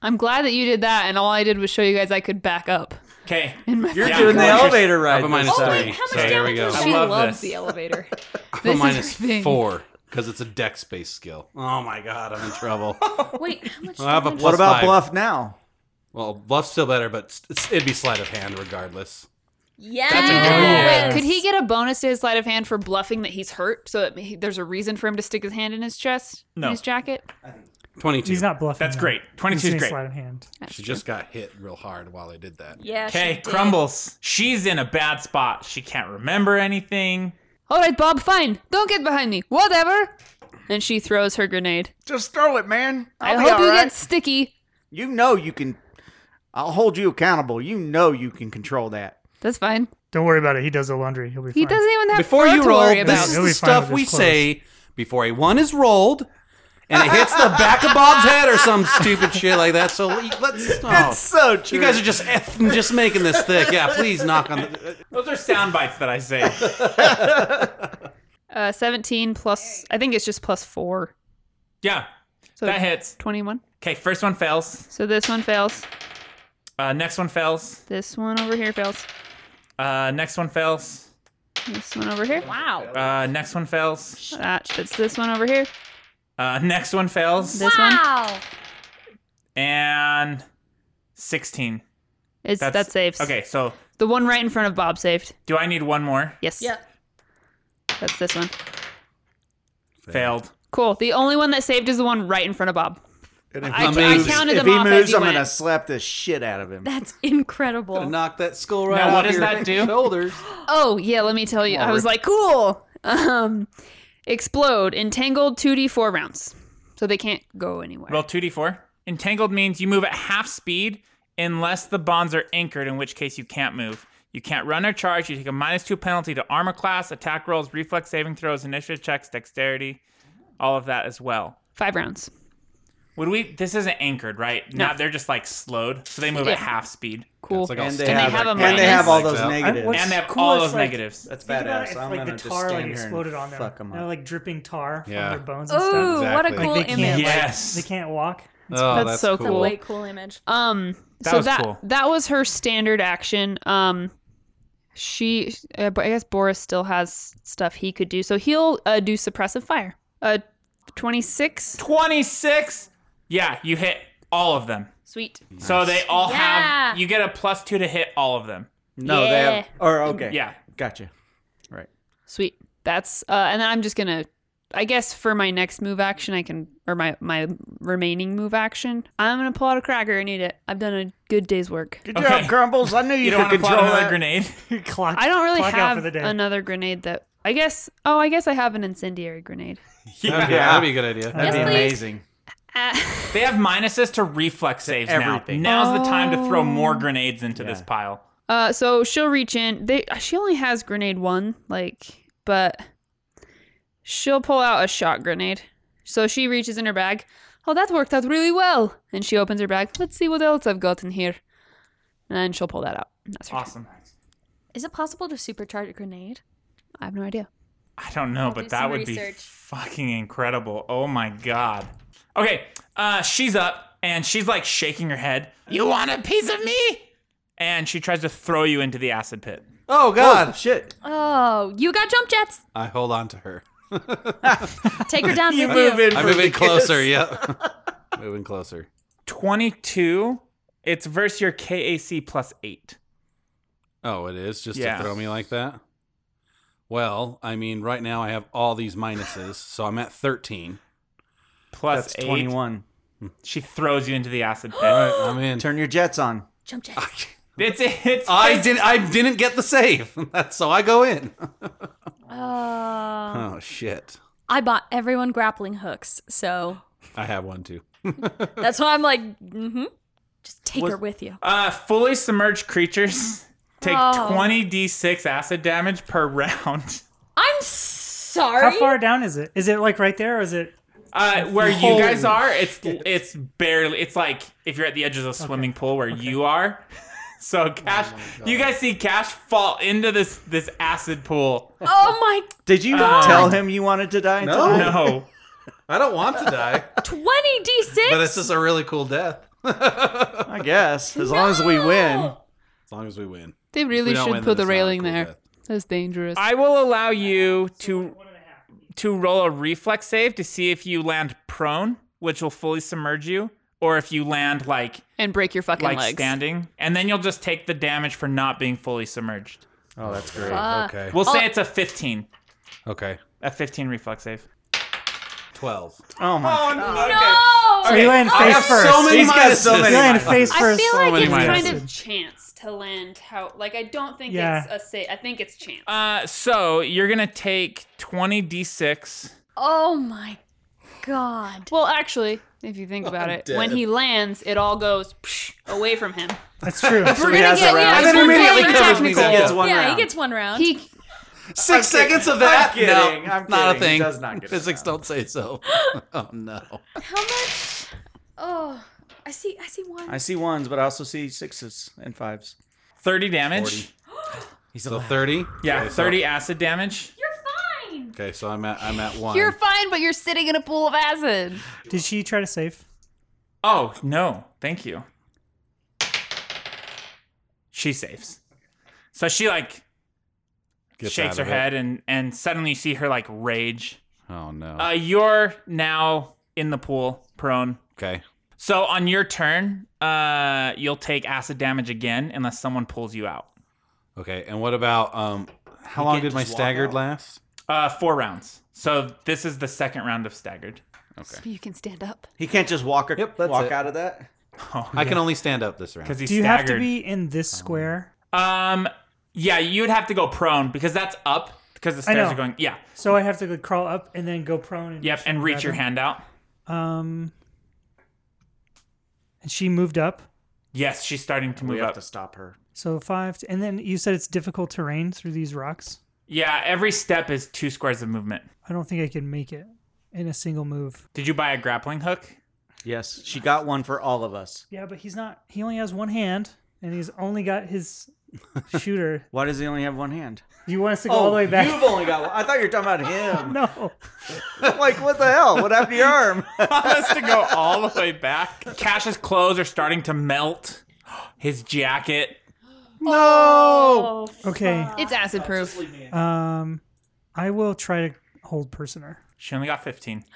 I'm glad that you did that, and all I did was show you guys I could back up.
Okay.
You're
Yeah,
doing the
I'm going-
elevator
I
ride.
have a
wait,
minus three.
how much
so there we
damage
go.
is
I
she
love
loves
this.
the elevator.
I have
This
a
is
minus
her thing.
four because it's a deck space skill. Oh my god, I'm in trouble.
Wait, how much
I have a
damage-
plus
What about
five.
bluff now?
Well, bluff's still better, but it's- it's, it'd be sleight of hand regardless.
Yes.
Could he get-
Yes.
Oh, Wait, could he get a bonus to his sleight of hand for bluffing that he's hurt, so that he, there's a reason for him to stick his hand in his chest,
No.
in his jacket?
Twenty-two.
He's not bluffing.
That's
though.
great.
He's
22 is
doing
great.
Sleight of hand.
she just got hit real hard while I did that.
Yeah. she
Okay.
did.
Crumbles. She's in a bad spot. She can't remember anything.
All right, Bob, fine. Don't get behind me. Whatever. And she throws her grenade.
Just throw it, man.
i
I'll be
hope
all
you
right.
get sticky.
You know you can. I'll hold you accountable. You know you can control that.
That's fine.
Don't worry about it. He does the laundry. He'll be fine.
He doesn't even have
Before
fur
you
to
roll,
worry
this
about.
is
He'll
the
be fine
stuff
with
we
his clothes.
say before a one is rolled, and it hits the back of Bob's head or some stupid shit like that. So let's. Oh,
That's so true.
you guys are just effing- just making this thick. Yeah, please knock on the.
Those are sound bites that I say.
Uh, 17 plus, I think it's just plus four.
Yeah,
So
that hits.
21.
Okay, first one fails.
So this one fails.
Uh, next one fails.
This one over here fails.
Uh, next one fails.
This one over here.
Wow.
Uh, next one fails.
That, it's this one over here.
Uh, next one fails.
This one.
Wow.
And 16.
It's,
That's-
that saves.
Okay, so
The one right in front of Bob saved.
do I need one more?
Yes.
Yep.
That's this one.
Failed.
Cool. The only one that saved is the one right in front of Bob. I, I
Amazing.
counted
If
them
he
off
moves,
as you
I'm
went.
gonna slap the shit out of him.
That's incredible.
Knock that skull right
Now,
out
what
of
does
your
that do?
shoulders.
Oh yeah, let me tell you. I was like, cool. Um, explode, entangled, two d four rounds, so they can't go anywhere.
Roll 2d4. Entangled means you move at half speed unless the bonds are anchored, in which case you can't move. You can't run or charge. You take a minus two penalty to armor class, attack rolls, reflex saving throws, initiative checks, dexterity, all of that as well.
Five rounds.
Would we? This isn't anchored, right? No, they're just like slowed, so they move
Yeah.
at half speed,
Cool.
It's like Oh, all
And they
sticky.
have have a
And they have all
Like
those
that.
negatives.
what's-
and they have
cool,
all
it's
those
like-
negatives.
That's
Think about
badass.
it if
I'm
like the
gonna just
tar
stand
like
here and
exploded on them.
fuck 'em
They're
up.
like dripping tar
Yeah.
from their bones and
Ooh,
stuff.
what a
Exactly.
cool
Like, they
image.
can't-
Yes.
They can't walk.
Oh,
That's so
That's a
cool.
way cool image.
Um,
That
so
was
that
cool.
that was her standard action. Um, she, uh, I guess Boris still has stuff he could do, so he'll uh, do suppressive fire. Uh, twenty six.
26. Yeah, you hit all of them.
Sweet.
So they all
Yeah.
have, you get a plus two to hit all of them.
No, they have.
Yeah.
Or okay.
Yeah.
Gotcha.
Sweet. That's uh, and then I'm just gonna. I guess for my next move action, I can or my my remaining move action, I'm gonna pull out a cracker and eat it. I've done a good day's work.
Good
Okay.
job, Grumbles. I knew you,
You don't want to
could
plot
control
another
that.
grenade?
clock.
I don't really
clock out
have
for the day.
another grenade that I guess. Oh, I guess I have an incendiary grenade.
Yeah, that'd be a good idea.
That'd
Yes,
be
please.
amazing.
Ah,
They have minuses to reflex saves
everything.
now. Now's the time to throw more grenades into this
Yeah.
pile.
uh, so she'll reach in. They she only has grenade one, like, but she'll pull out a shot grenade. So she reaches in her bag. Oh, that worked out really well. And she opens her bag. Let's see what else I've got in here. And she'll pull that out. That's her turn.
Awesome.
Is it possible to supercharge a grenade?
I have no idea.
I don't know,
do
but
some
that would be
research.
fucking incredible. Oh my god. Okay, uh, she's up and she's like shaking her head. You want a piece of me? And she tries to throw you into the acid pit.
Oh
Oh
God!
shit!
Oh, you got jump jets.
I hold on to her.
Take her down.
You
with
move in.
I'm
for
moving
the
closer.
kiss.
Yep. moving closer.
22. It's versus your KAC plus 8.
Oh, it is just
Yeah.
to throw me like that. Well, I mean, right now I have all these minuses, so I'm at 13.
Plus
That's
8.
21.
She throws you into the acid pit.
All right, I'm in.
Turn your jets on.
Jump jets.
It's it's
I didn't. I didn't get the save. That's so I go in.
Oh.
Oh shit!
I bought everyone grappling hooks, so
I have one too.
that's why I'm like, mm-hmm. Just take
Was-
her with you.
Uh, fully submerged creatures take
Oh.
20d6 acid damage per round.
I'm sorry.
How far down is it? Is it like right there, or is it?
Uh, where you guys are, it's it's barely. It's like if you're at the edge of a swimming pool where you are. So Cash, you guys see Cash fall into this this acid pool.
Oh my
Did you
Uh,
tell him you wanted to die?
No.
tonight?
No,
I don't want to die,
20
but
d6.
it's just a really cool death.
I guess as long as we win.
As long as we win.
They
We
really
don't win,
should
then
put
it's
the
not a
railing
cool
there.
death.
That's dangerous.
I will allow you to to roll a reflex save to see if you land prone, which will fully submerge you, or if you land like
and break your fucking
like
legs.
standing, and then you'll just take the damage for not being fully submerged.
Oh, that's great.
Fuck.
Okay.
We'll say it's a 15,
Okay.
a 15 reflex save.
Twelve.
Oh my! Oh,
Oh no!
No.
So you land
I
face
have
first.
so many
He's got
minuses.
so many You land face
I
first.
feel like
many
it's kind
minuses.
of chance to land how. Like I don't think
Yeah.
it's a say. I think it's chance.
Uh, so you're gonna take 20 d6.
Oh my god.
well, actually, if you think about it, when he lands, it all goes psh, away from him.
That's true.
We're gonna
has a
get
round.
yeah,
And
it's
then
one
immediately
point
covers me
technical.
back
He gets
up.
one
yeah,
round.
he gets one round.
He
Six
I'm kidding.
seconds of that?
I'm kidding.
No,
I'm
not
kidding.
a thing.
It does not get
Physics
around.
don't say so. oh no.
How much? Oh, I see. I see one.
I see ones, but I also see sixes and fives.
30 damage.
He's so thirty.
Yeah,
Okay, so-
30 acid damage.
You're fine.
Okay, so I'm at I'm at one.
You're fine, but you're sitting in a pool of acid.
Did she try to save?
Oh, no. Thank you. She saves. So she like
Gets
shakes
out
her
of it.
head and and suddenly you see her like rage.
Oh no.
Uh you're now in the pool, prone.
okay.
So on your turn, uh you'll take acid damage again unless someone pulls you out.
Okay. And what about um? How
You
long
can't
did my
just walk
staggered
out.
last?
Uh 4 rounds. So this is the second round of staggered.
So you can stand up.
He can't just walk a,
Yep, that's
walk
it.
out of that.
Oh,
I can only stand up this round.
cuz he's
Do you
staggered.
have to be in this square?
Um, yeah, you'd have to go prone because that's up because the
I
stairs
know.
are going. Yeah,
So I have to go crawl up and then go prone. And
yep, and reach your hand out.
Um, and she moved up.
Yes, she's starting to
We
move
have
up.
to stop her.
So five, and then you said it's difficult terrain through these rocks.
Yeah, every step is two squares of movement.
I don't think I can make it in a single move.
Did you buy a grappling hook?
Yes, she got one for all of us.
Yeah, but he's not. He only has one hand, and he's only got his shooter.
Why does he only have one hand?
Oh, You want us to go all the way back?
You've only got one. I thought you were talking about him.
No.
like, what the hell? What happened to your arm?
Want us to go all the way back? Cash's clothes are starting to melt. His jacket.
Oh,
Okay.
It's acid proof.
Um, I will try to hold prisoner.
She only got 15.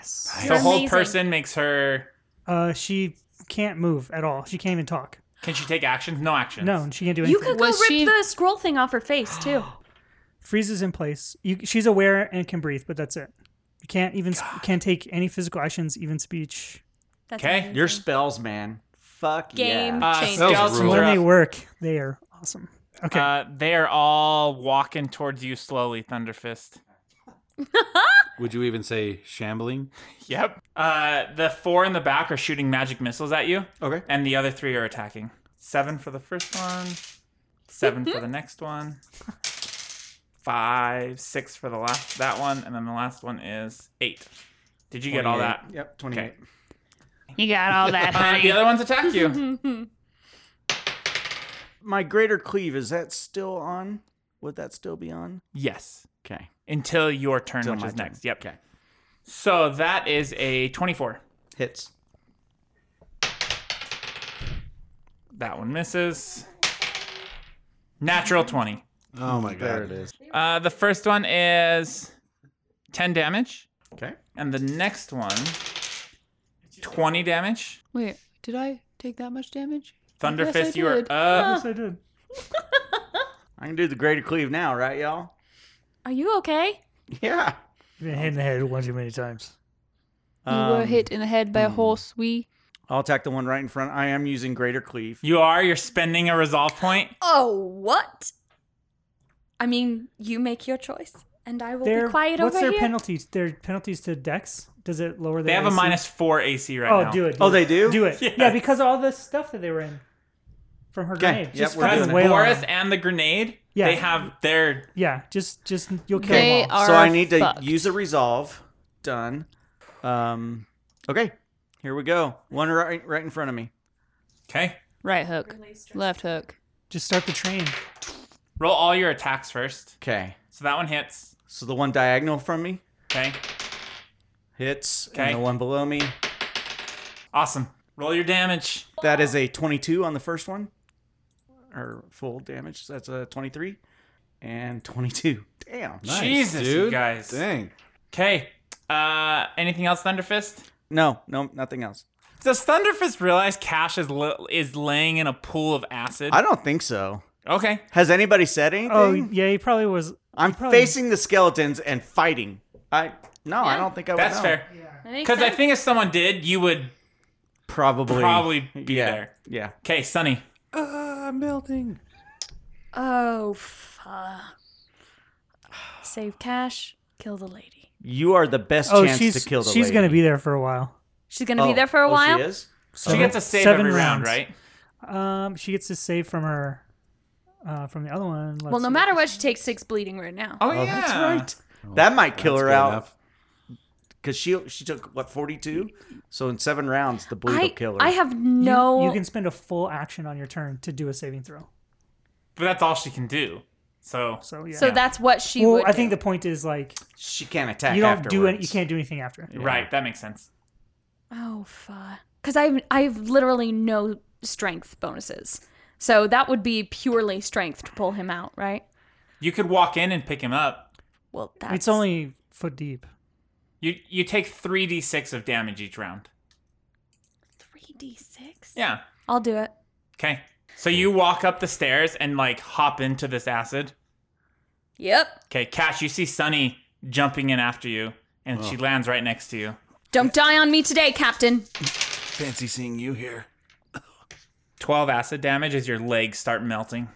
Yes.
so whole
amazing.
person makes her.
Uh, she can't move at all. She can't even talk.
Can she take actions? No actions.
No, she can't do anything.
you could go
Was
rip
she-
the scroll thing off her face too.
freezes in place. You, she's aware and can breathe, but that's it. You can't even can't take any physical actions, even speech.
That's
Okay,
amazing.
Your spells, man. Fuck
Game.
yeah.
Uh,
Change.
That was
skeletons
rude.
are
When they
up.
work, they are awesome. Okay,
Uh, they are all walking towards you slowly, Thunderfist.
Would you even say shambling?
Yep. Uh, the four in the back are shooting magic missiles at you,
Okay.
and the other three are attacking. Seven for the first one, seven
Mm-hmm.
for the next one, five, six for the last that one, and then the last one is eight. Did you get all that?
Yep, 28.
Okay.
You got all that,
Uh, the other ones attack
Mm-hmm.
you.
My greater cleave, is that still on? Would that still be on?
yes.
Okay.
Until your turn,
Till
which
my
is
turn.
next. Yep.
Okay.
So that is a twenty-four.
Hits.
That one misses. Natural twenty.
Oh my
There
god.
it is.
Uh, the first one is ten damage.
Okay.
And the next one, 20 damage.
Wait, did I take that much damage?
Thunder
Yes, I
Fist, you are
did.
up.
yes, I did.
I can do the greater cleave now, right, y'all?
Are you okay?
Yeah.
You've been hit in the head one too many times.
you were
Um,
hit in the head
hmm.
by a horse. We.
I'll attack the one right in front. I am using greater cleave.
You are. You're spending a resolve point.
Oh, what? I mean, you make your choice, and I will
Their-
be quiet
what's
over
their
here.
penalties? Their penalties to Dex? Does it lower their?
They have a
AC?
minus four AC right
Oh,
now.
do it. do
Oh,
it.
they do?
Do it.
Yes.
Yeah, because of all the stuff that they were in from her
Okay,
grenade.
yep,
Just
we're
fucking
Because
doing it.
wail on
Boris
them.
and the grenade,
Yeah.
they have their.
Yeah, just just you'll kill
They
them all.
are.
so I need
fucked.
to use a resolve. Done. Um, okay. Here we go. One right, right in front of me.
Okay.
right hook, left hook.
Just start the train.
Roll all your attacks first.
Okay.
So that one hits.
So the one diagonal from me
Okay.
hits,
Okay.
and the one below me.
Awesome. Roll your damage.
That is a 22 on the first one, or full damage. That's a 23 and 22. Damn.
Nice,
Jesus, you
dude.
guys.
Dang.
Okay. Uh, anything else, Thunderfist?
No, no, nothing else.
Does Thunderfist realize Cash is l is laying in a pool of acid?
I don't think so.
Okay.
Has anybody said anything?
Oh yeah, he probably was.
I'm
probably-
facing the skeletons and fighting. I no, I
Yeah.
don't think I would.
That's
know.
fair.
That makes
Because I
sense.
think if someone did, you would
Probably.
probably be
yeah.
there.
Yeah.
Okay, Sunny.
Uh, melting.
Oh, fuck. Save cash, kill the lady.
You are the best
Oh,
chance
she's
to kill the
she's
lady.
gonna be there for a while.
She's gonna be there for a
oh,
while.
She is.
She gets a save
Seven
every round,
rounds.
right?
Um, she gets to save from her uh, from the other one. Let's
well, no
see.
matter what, she takes six bleeding right now.
Oh, yeah.
That's right. That might kill
That's
her
good
out
enough.
because she she took what forty two. So in seven rounds, the bleed will
I,
kill her.
I have
You-
no.
You, can spend a full action on your turn to do a saving throw.
But that's all she can do. So
So yeah.
so that's what she
well,
would.
I think
do.
the point is like
she can't attack.
you don't do
afterwards.
any, you can't do anything after.
right, that makes sense.
Oh fuck! Because I've I've literally no strength bonuses, so that would be purely strength to pull him out, right?
You could walk in and pick him up.
Well, that's
It's only foot deep.
You you take three d six of damage each round.
three d six.
Yeah.
I'll do it.
Okay. So you walk up the stairs and like hop into this acid.
Yep.
Okay, Cash, you see Sunny jumping in after you, and she lands right next to you.
Don't die on me today, Captain.
Fancy seeing you here.
Twelve acid damage as your legs start melting.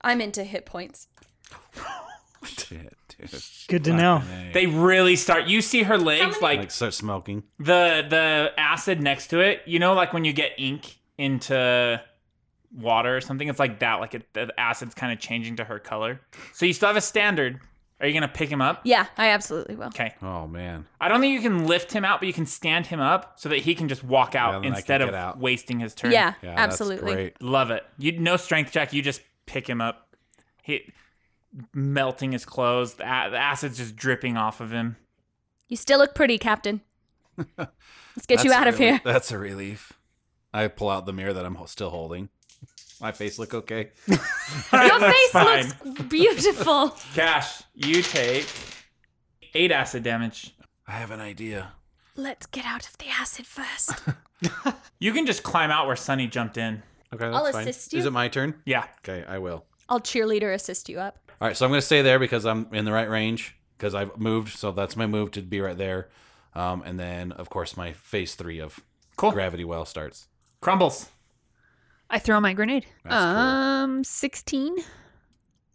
I'm into hit points.
Shit, dude.
Good to know.
They really start. You see her legs like
Like start smoking.
the the acid next to it. You know, like when you get ink into water or something. It's like that. Like it, the acid's kind of changing to her color. So you still have a standard. Are you gonna pick him up?
Yeah, I absolutely will.
Okay.
Oh man.
I don't think you can lift him out, but you can stand him up so that he can just walk out
then I can
instead of
get out.
wasting his turn.
Yeah,
Yeah,
absolutely.
That's great.
Love it. You no strength check. You just pick him up. He melting his clothes. The, a- the acid's just dripping off of him.
You still look pretty, Captain. Let's get you
That's
out
a
of
reli-
here.
That's a relief. I pull out the mirror that I'm ho- still holding. My face look okay.
Your face
fine.
looks beautiful.
Cash, you take eight acid damage.
I have an idea.
Let's get out of the acid first.
You can just climb out where Sunny jumped in.
Okay, that's
I'll
fine.
assist
Is
you.
it my turn?
Yeah.
Okay, I will.
I'll cheerleader assist you up.
All right, so I'm going to stay there because I'm in the right range because I've moved. So that's my move to be right there. Um, and then, of course, my phase three of
Cool.
gravity well starts.
Crumbles.
I throw my grenade.
That's cool.
um, 16.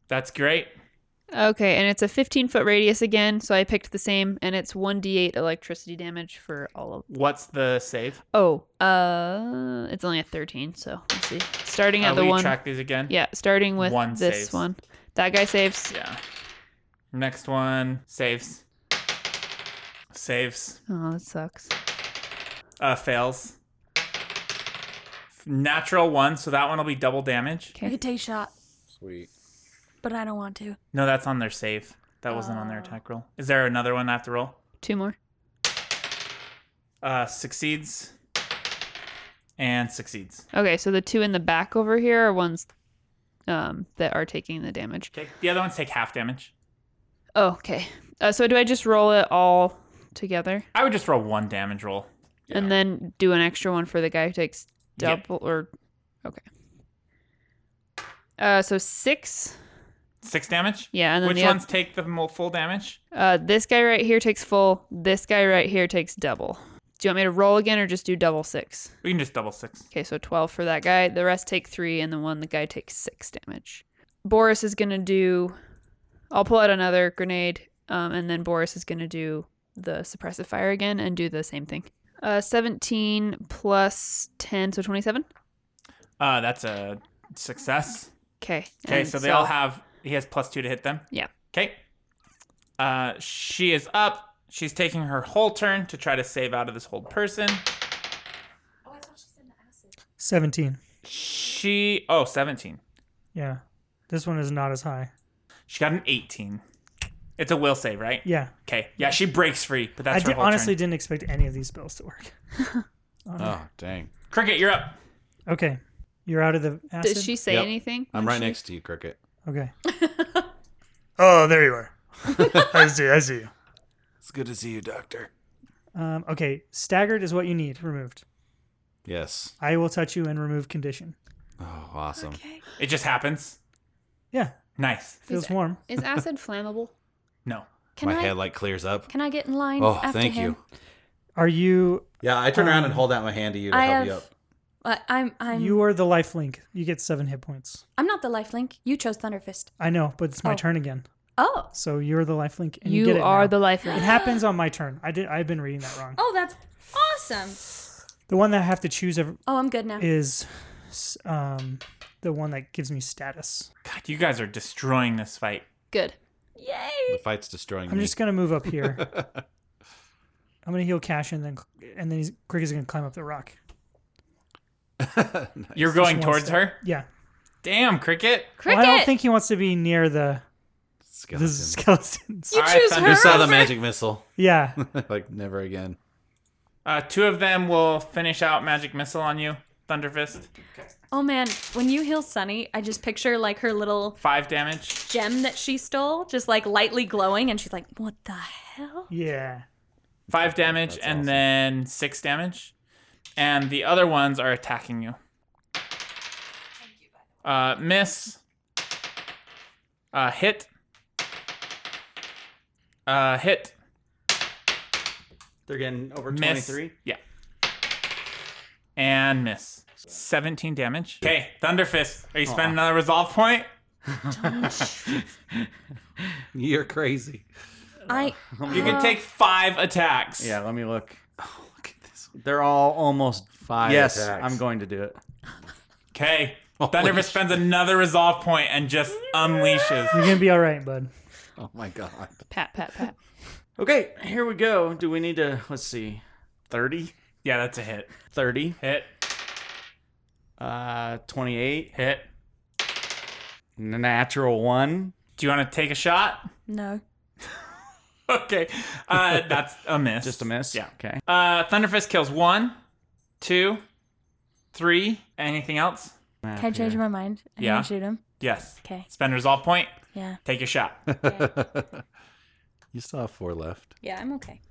That's great.
Okay, and it's a 15 foot radius again, so I picked the same, and it's 1d8 electricity damage for all of.
What's the save?
Oh, uh, it's only a 13, so let's see. Starting at
Uh,
the
will you
one.
track these again?
Yeah, starting with
One
this
saves.
one. That guy saves.
Yeah. Next one saves. Saves.
Oh, that sucks.
Uh, fails. Natural one, so that one will be double damage.
I could take a shot,
Sweet.
but I don't want to.
No, that's on their save. That wasn't
Oh.
on their attack roll. Is there another one I have to roll?
Two more.
Uh, succeeds and succeeds.
Okay, so the two in the back over here are ones um, that are taking the damage.
Okay. The other ones take half damage.
Oh, okay. Uh, so do I just roll it all together
I would just roll one damage roll.
and then do an extra one for the guy who takes
Yeah.
double or okay. Uh, so six.
Six damage.
Yeah, and then
Which
the oth-
ones take the mo- full damage?
uh, this guy right here takes full. This guy right here takes double. Do you want me to roll again or just do double six?
We can just double six.
Okay, so 12 for that guy. The rest take three, and the one the guy takes six damage. Boris is going to do. I'll pull out another grenade, um, and then Boris is going to do the suppressive fire again and do the same thing. Uh, 17 plus 10, so 27.
Uh, that's a success.
Okay.
Okay,
and
so they all have. He has plus two to hit them.
Yeah.
Okay. Uh, she is up. She's taking her whole turn to try to save out of this whole person.
Seventeen.
She oh 17.
Yeah, this one is not as high.
She got an 18. It's a will save, right?
Yeah,
Okay. Yeah, she breaks free, but that's
I
her
di-
whole
honestly
turn.
didn't expect any of these spells to work.
Oh, dang.
Cricket, you're up.
Okay, you're out of the acid.
Did she say
Yep.
anything?
I'm right next to you, Cricket.
Okay.
Oh, there you are. I see. I see you.
It's good to see you, Doctor.
Um, okay, staggered is what you need removed.
Yes.
I will touch you and remove condition.
Oh, awesome.
It just happens.
Yeah,
Nice.
feels warm.
Is acid flammable?
No.
Can
my
I?
head like clears up.
Can I get in line?
Oh,
after
thank
him? Um,
you.
Are you?
Yeah, I turn around and hold out my hand to you to
I
help
have.
you up.
I- Uh, I'm. I'm.
You are the life link. You get seven hit points.
I'm not the lifelink. You chose Thunderfist.
I know, but it's my
Oh.
turn again.
Oh.
So you're the life link. And you,
you
get it
are
now.
the life
It
link.
happens on my turn. I did. I've been reading that wrong.
Oh, that's awesome.
The one that I have to choose ev-
Oh, I'm good now.
is um, the one that gives me status.
God, you guys are destroying this fight.
Good.
The fight's destroying
I'm
me.
just gonna move up here. I'm gonna heal Cash and then and then he's, Greg is gonna climb up the rock.
You're going
Just one
towards
step.
her?
Yeah.
Damn, Cricket.
Well,
Cricket.
I don't think he wants to be near the
Skeleton.
the skeletons.
you
All right,
choose
Thunder
her.
Who saw the
over-
magic missile?
yeah.
like never again.
Uh, two of them will finish out Magic Missile on you, Thunderfist.
Oh man, when you heal Sunny, I just picture like her little
Five damage.
gem that she stole, just like lightly glowing, and she's like, "What the hell?"
Yeah.
Five damage,
That's
and
awesome.
then six damage. And the other ones are attacking you. Uh, miss. Uh, hit. Uh, hit.
They're getting over
Miss.
23.
Yeah. And miss. 17 damage. Okay, Thunderfist. Are you spending another resolve point?
You're crazy.
I
You can take five attacks.
Yeah, let me Oh, look.
Look at this.
They're all almost
Five
Yes,
attacks.
I'm going to do it.
Okay.
Holy
Thunderfist spends another resolve point and just unleashes.
You're gonna be all right, bud.
Oh my god.
Pat, pat, pat.
Okay, here we go. Do we need to let's see. 30?
Yeah, that's a hit.
30.
Hit,
Uh 28.
hit.
Natural 1.
Do you want to take a shot?
no.
Okay. Uh, that's a miss.
Just a miss.
Yeah.
Okay.
Uh, Thunderfist kills one, two, three. Anything else?
Can I change my mind? I
Yeah.
Shoot him.
Yes.
Okay.
Spend a resolve point.
Yeah.
Take your shot.
You still have four left.
Yeah, I'm okay.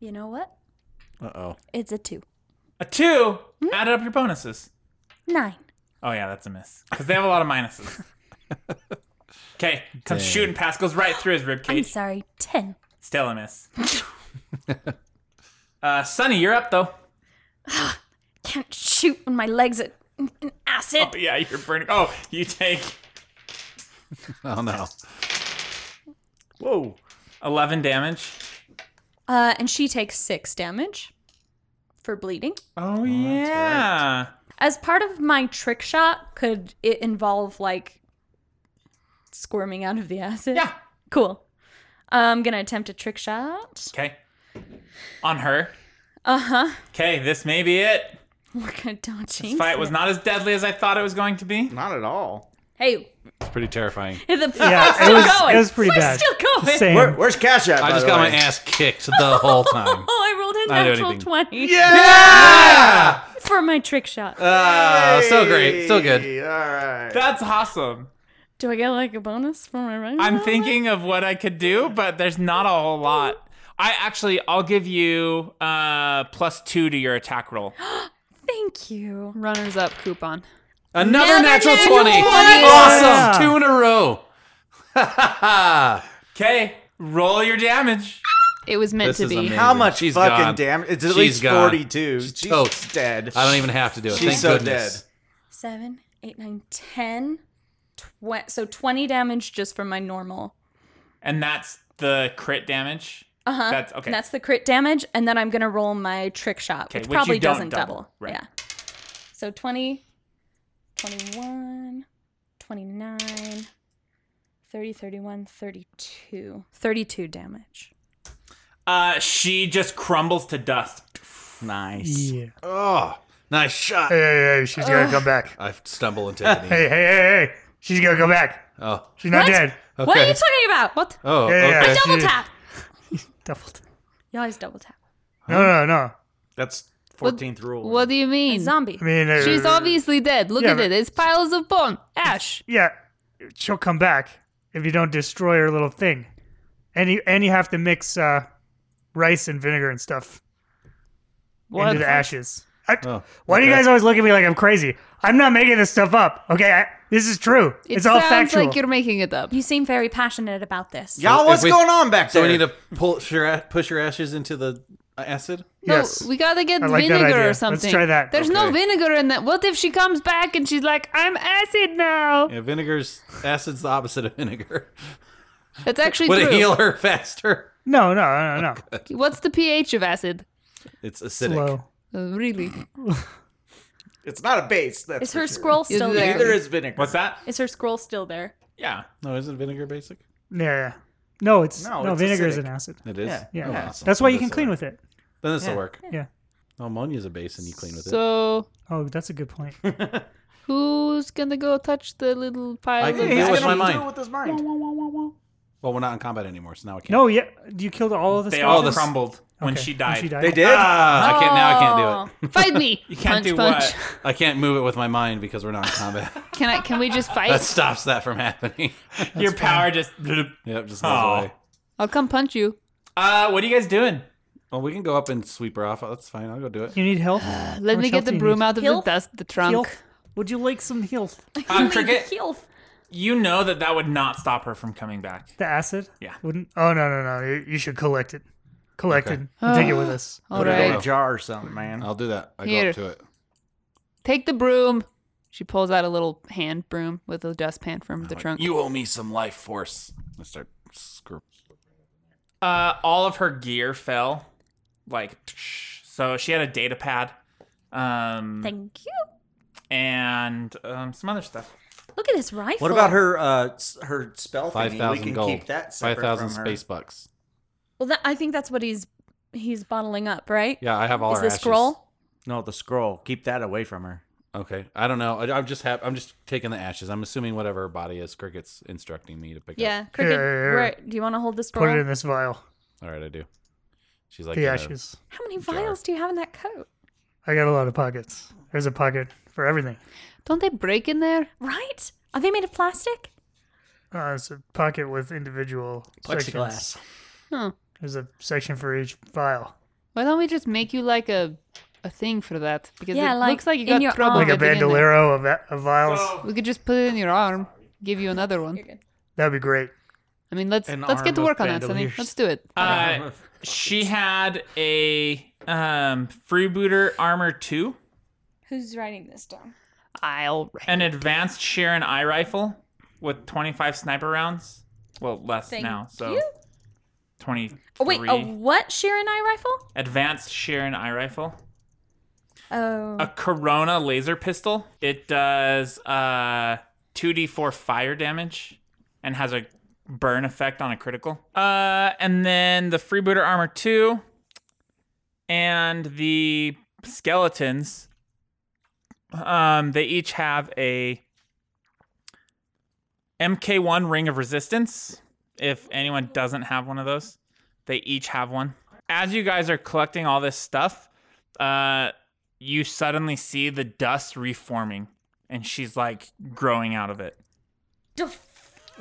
You know what?
Uh oh.
It's a two.
A 2 Add up your bonuses.
Nine.
Oh yeah, that's a miss. Because they have a lot of minuses. Okay, comes shooting past, goes right through his
I'm
ribcage.
sorry. Ten.
Still a miss. uh, Sonny, you're up though.
Can't shoot when my legs are in in acid.
Oh, yeah, you're burning. Oh, you take
Oh no.
Whoa.
11 damage.
Uh, and she takes six damage for bleeding.
Oh, yeah.
As part of my trick shot, could it involve like squirming out of the acid?
Yeah.
Cool. I'm gonna attempt a trick shot.
Okay. On her.
Uh huh.
Uh-huh.
Okay, this may be it.
We're gonna don't
This
jinx
fight was
it.
not as deadly as I thought it was going to be.
Not at all.
Hey,
It's pretty terrifying.
the
Yeah,
fight's
it
still
was-
going.
it was pretty
Fight's
bad.
Still going.
Same.
Where, where's Cash at?
I
by
just
the
got
way?
my ass kicked the whole time.
Oh, I rolled a
I didn't do
natural
anything.
twenty
Yeah!
for my trick shot.
Uh,
Ah, so great, so good.
All right.
That's awesome.
Do I get like a bonus for my run?
I'm thinking of what I could do, but there's not a whole lot. I actually, I'll give you uh, plus two to your attack roll.
Thank you.
Runners up coupon.
Another natural, 20. Awesome.
Yeah.
Two in a row.
Okay, roll your damage.
It was meant
This
to
is
be.
amazing.
How much
She's
fucking
gone.
damage? It's at
She's
least
gone.
42.
She's
She's,
toast.
dead.
I don't even have to do it.
She's
Thank
so
goodness.
Seven, eight, nine, ten. Tw- so twenty damage just from my normal.
And that's the crit damage.
Uh huh.
That's- okay.
that's the crit damage, and then I'm gonna roll my trick shot,
Okay,
which
which you
probably
don't
doesn't
double,
double.
right.
Yeah. So 20, 21, 29, 30, 31, 32. 32 damage.
Uh, she just crumbles to dust.
Nice.
Yeah.
Oh, nice shot.
Hey, hey, hey, she's gonna come back.
I stumble and take a knee.
Hey, hey, hey, hey, she's gonna come back.
Oh,
She's not
What?
dead.
What are
Okay.
you talking about? What?
oh,
Yeah, yeah,
okay.
yeah.
Double
she-
tap.
Doubled.
You always double tap.
No, no, no.
That's 14th rule.
What do you mean?
Zombie.
I mean, uh,
She's obviously dead. Look
Yeah,
at
but-
it. It's piles of bone. Ash.
Yeah, she'll come back if you don't destroy her little thing, and you and you have to mix uh, rice and vinegar and stuff
What?
into the ashes. I,
Oh,
why do you
okay.
guys always look at me like I'm crazy? I'm not making this stuff up. Okay, I, this is true.
It
it's all
sounds
factual.
like you're making it up.
You seem very passionate about this.
Y'all,
if
what's
we-
going on back
So
there?
we need to pull, sure, push your ashes into the acid?
No,
yes.
we gotta get
I like that idea.
vinegar or
Let's
something.
try that.
There's no
Okay.
vinegar in that. What if she comes back and she's like, "I'm acid now"?
Yeah, vinegar's acid's the opposite of vinegar.
That's actually
Would it
true.
heal her faster?
no, no, no, no.
What's the pH of acid?
It's acidic.
Slow.
Uh, really?
It's not a base. That's
Is
for
her
sure.
scroll still
there.
Neither
there?
is vinegar.
What's that?
Is her scroll still there?
Yeah.
No, isn't Oh, vinegar basic?
Yeah, yeah. No, it's
No,
no,
it's
vinegar is
acidic.
an acid.
It is.
Yeah.
Yeah.
Oh, awesome.
That's why
Then
you can
this'll
clean
work.
with it.
Then this will
Yeah.
work.
Yeah.
Ammonia's a base, and you clean with it.
So
Oh, that's a good point.
who's gonna go touch the little pile?
I
of
can
He's
deal
ash?
with
gonna
my
do
mind.
it with his mind.
Well, we're not in combat anymore, so now I can't.
No, yeah, you killed all of the.
They all
skeletons?
crumbled when
Okay,
she died.
She died.
They did.
Ah, I can't. Now I can't do
Oh, Fight me!
You can't
punch,
do
punch.
what?
it. I can't move it with my mind because we're not in combat.
Can I? Can we just fight?
that stops that from happening.
Your power just.
yep, just goes
Aw.
away.
I'll come punch you.
Uh, what are you guys doing?
Well, we can go up and sweep her off. That's fine. I'll go do it.
You need health.
Let me get the broom out of
Heal?
the dust, the trunk.
Health. Would you like some health?
Uh, Cricket,
Heal.
you know that that would not stop her from coming back.
The acid.
Yeah.
Wouldn't.
Oh no no no! You, you should collect it, collect it, and take it with us.
All
it
right,
away.
A jar or something, man.
I'll do that. I go
Here.
up to it.
take the broom. She pulls out a little hand broom with a dustpan from the trunk.
You owe me some life force. I start screw.
Uh, all of her gear fell, like so. She had a data pad, um,
Thank you.
and um, some other stuff.
Look at this rifle.
What about her uh s- her spell
Five
thingy? We
thousand
can
gold.
keep that
Five
separate
thousand
from her.
space bucks.
Well, that, I think that's what he's he's bottling up, right?
Yeah, I have all
Is
our
the
ashes.
scroll?
No, the scroll. Keep that away from her.
Okay, I don't know. I, I'm just hap I'm just taking the ashes. I'm assuming whatever her body is, Cricket's instructing me to pick
Yeah. Cricket,
yeah, yeah.
where- do you want to hold the
Put
scroll?
it in this vial.
up. All right, I do. She's like
the
uh,
ashes.
How many vials do you have in that coat?
I got a lot of pockets. There's a pocket for everything.
Don't they break in there?
Right? Are they made of plastic?
Uh, it's a pocket with individual sections.
Plexiglass.
Huh.
There's a section for each vial,
Why don't we just make you like a a thing for that? Because
Yeah,
it
like,
looks like Oh, you
in
got
your
trouble.
like
arm.
a
getting in there.
bandolero of, a- of vials.
We could just put it in your arm. Give you another one.
That'd be great.
I mean, let's
An
let's get
arm
to
of
work on that, Sunny.
bandoliers.
Let's do it.
Uh, she had a um, freebooter armor two,
Who's writing this down?
I'll.
an advanced Sharon eye rifle with 25 sniper rounds. Well, less
Thank
now, so
you.
20.
Oh wait, a what Sharon eye rifle?
advanced Sharon eye rifle,
Oh.
a Corona laser pistol. It does uh 2d4 fire damage and has a burn effect on a critical. Uh and then the freebooter armor 2 and the skeletons um they each have a MK1 ring of resistance. If anyone doesn't have one of those, they each have one. As you guys are collecting all this stuff, uh you suddenly see the dust reforming and she's like growing out of it.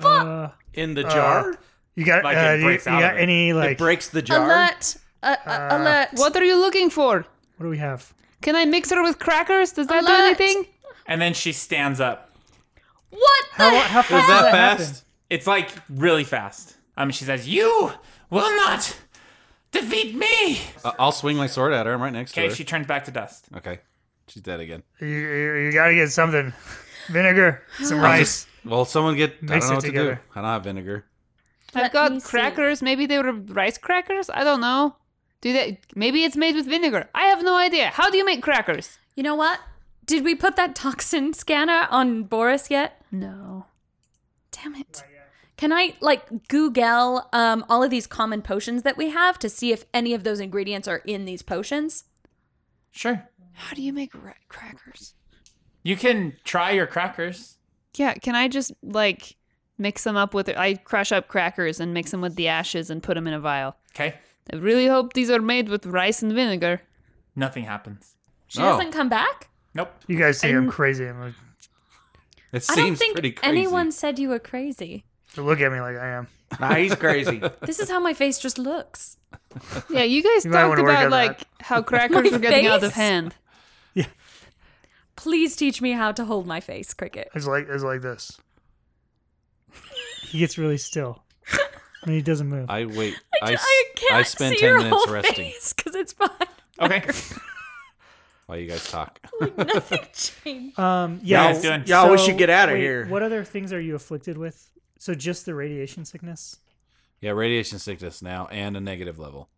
Uh,
in the
jar? You got?
Like, it
uh, do you, you
breaks out
got
of it.
any
It
like?
breaks the jar.
alert! Uh, uh, alert!
What are you looking for?
what do we have?
Can I mix her with crackers? Does that
Alert.
do anything?
And then she stands up.
What
How,
the?
how fast
that
does that
fast?
It's like really fast. Um she says, "You will not defeat me."
Uh, I'll swing my sword at her. I'm right next
Okay,
to her.
she turns back to dust.
Okay, she's dead again.
you, you, you gotta get something. Vinegar, some rice.
Well, someone get. I
Mix
don't
it
know what to do.
together.
I don't have vinegar.
I've
Let me
got
see.
crackers. Maybe they were rice crackers. I don't know. Do they? Maybe it's made with vinegar. I have no idea. How do you make crackers?
You know what? Did we put that toxin scanner on Boris yet?
No.
Damn it. Can I like Google um, all of these common potions that we have to see if any of those ingredients are in these potions?
Sure.
How do you make ra- crackers?
You can try your crackers.
Yeah. Can I just like mix them up with? I crush up crackers and mix them with the ashes and put them in a vial.
Okay?
I really hope these are made with rice and vinegar.
Nothing happens.
She
Oh.
doesn't come back.
Nope.
You guys think I'm crazy? I'm like,
It
I
seems
don't think
pretty crazy.
anyone said you were crazy.
they look at me like I am.
Nah, he's crazy.
This is how my face just looks.
Yeah, you guys
You might
talked
wanna work
about
on that.
like how crackers
My
were getting out of
face?
hand.
Please teach me how to hold my face, Cricket.
It's like it's like this.
He gets really still. and he doesn't move.
I wait.
I,
I, s-
can't
I spent
see
ten
your
minutes
whole
resting
face because it's behind.
Okay.
while you guys talk.
Nothing changed.
Um,
How
yeah.
you guys doing?
Yeah. we should get outta
wait,
here.
What other things are you afflicted with? So just the radiation sickness.
Yeah, radiation sickness now and a negative level.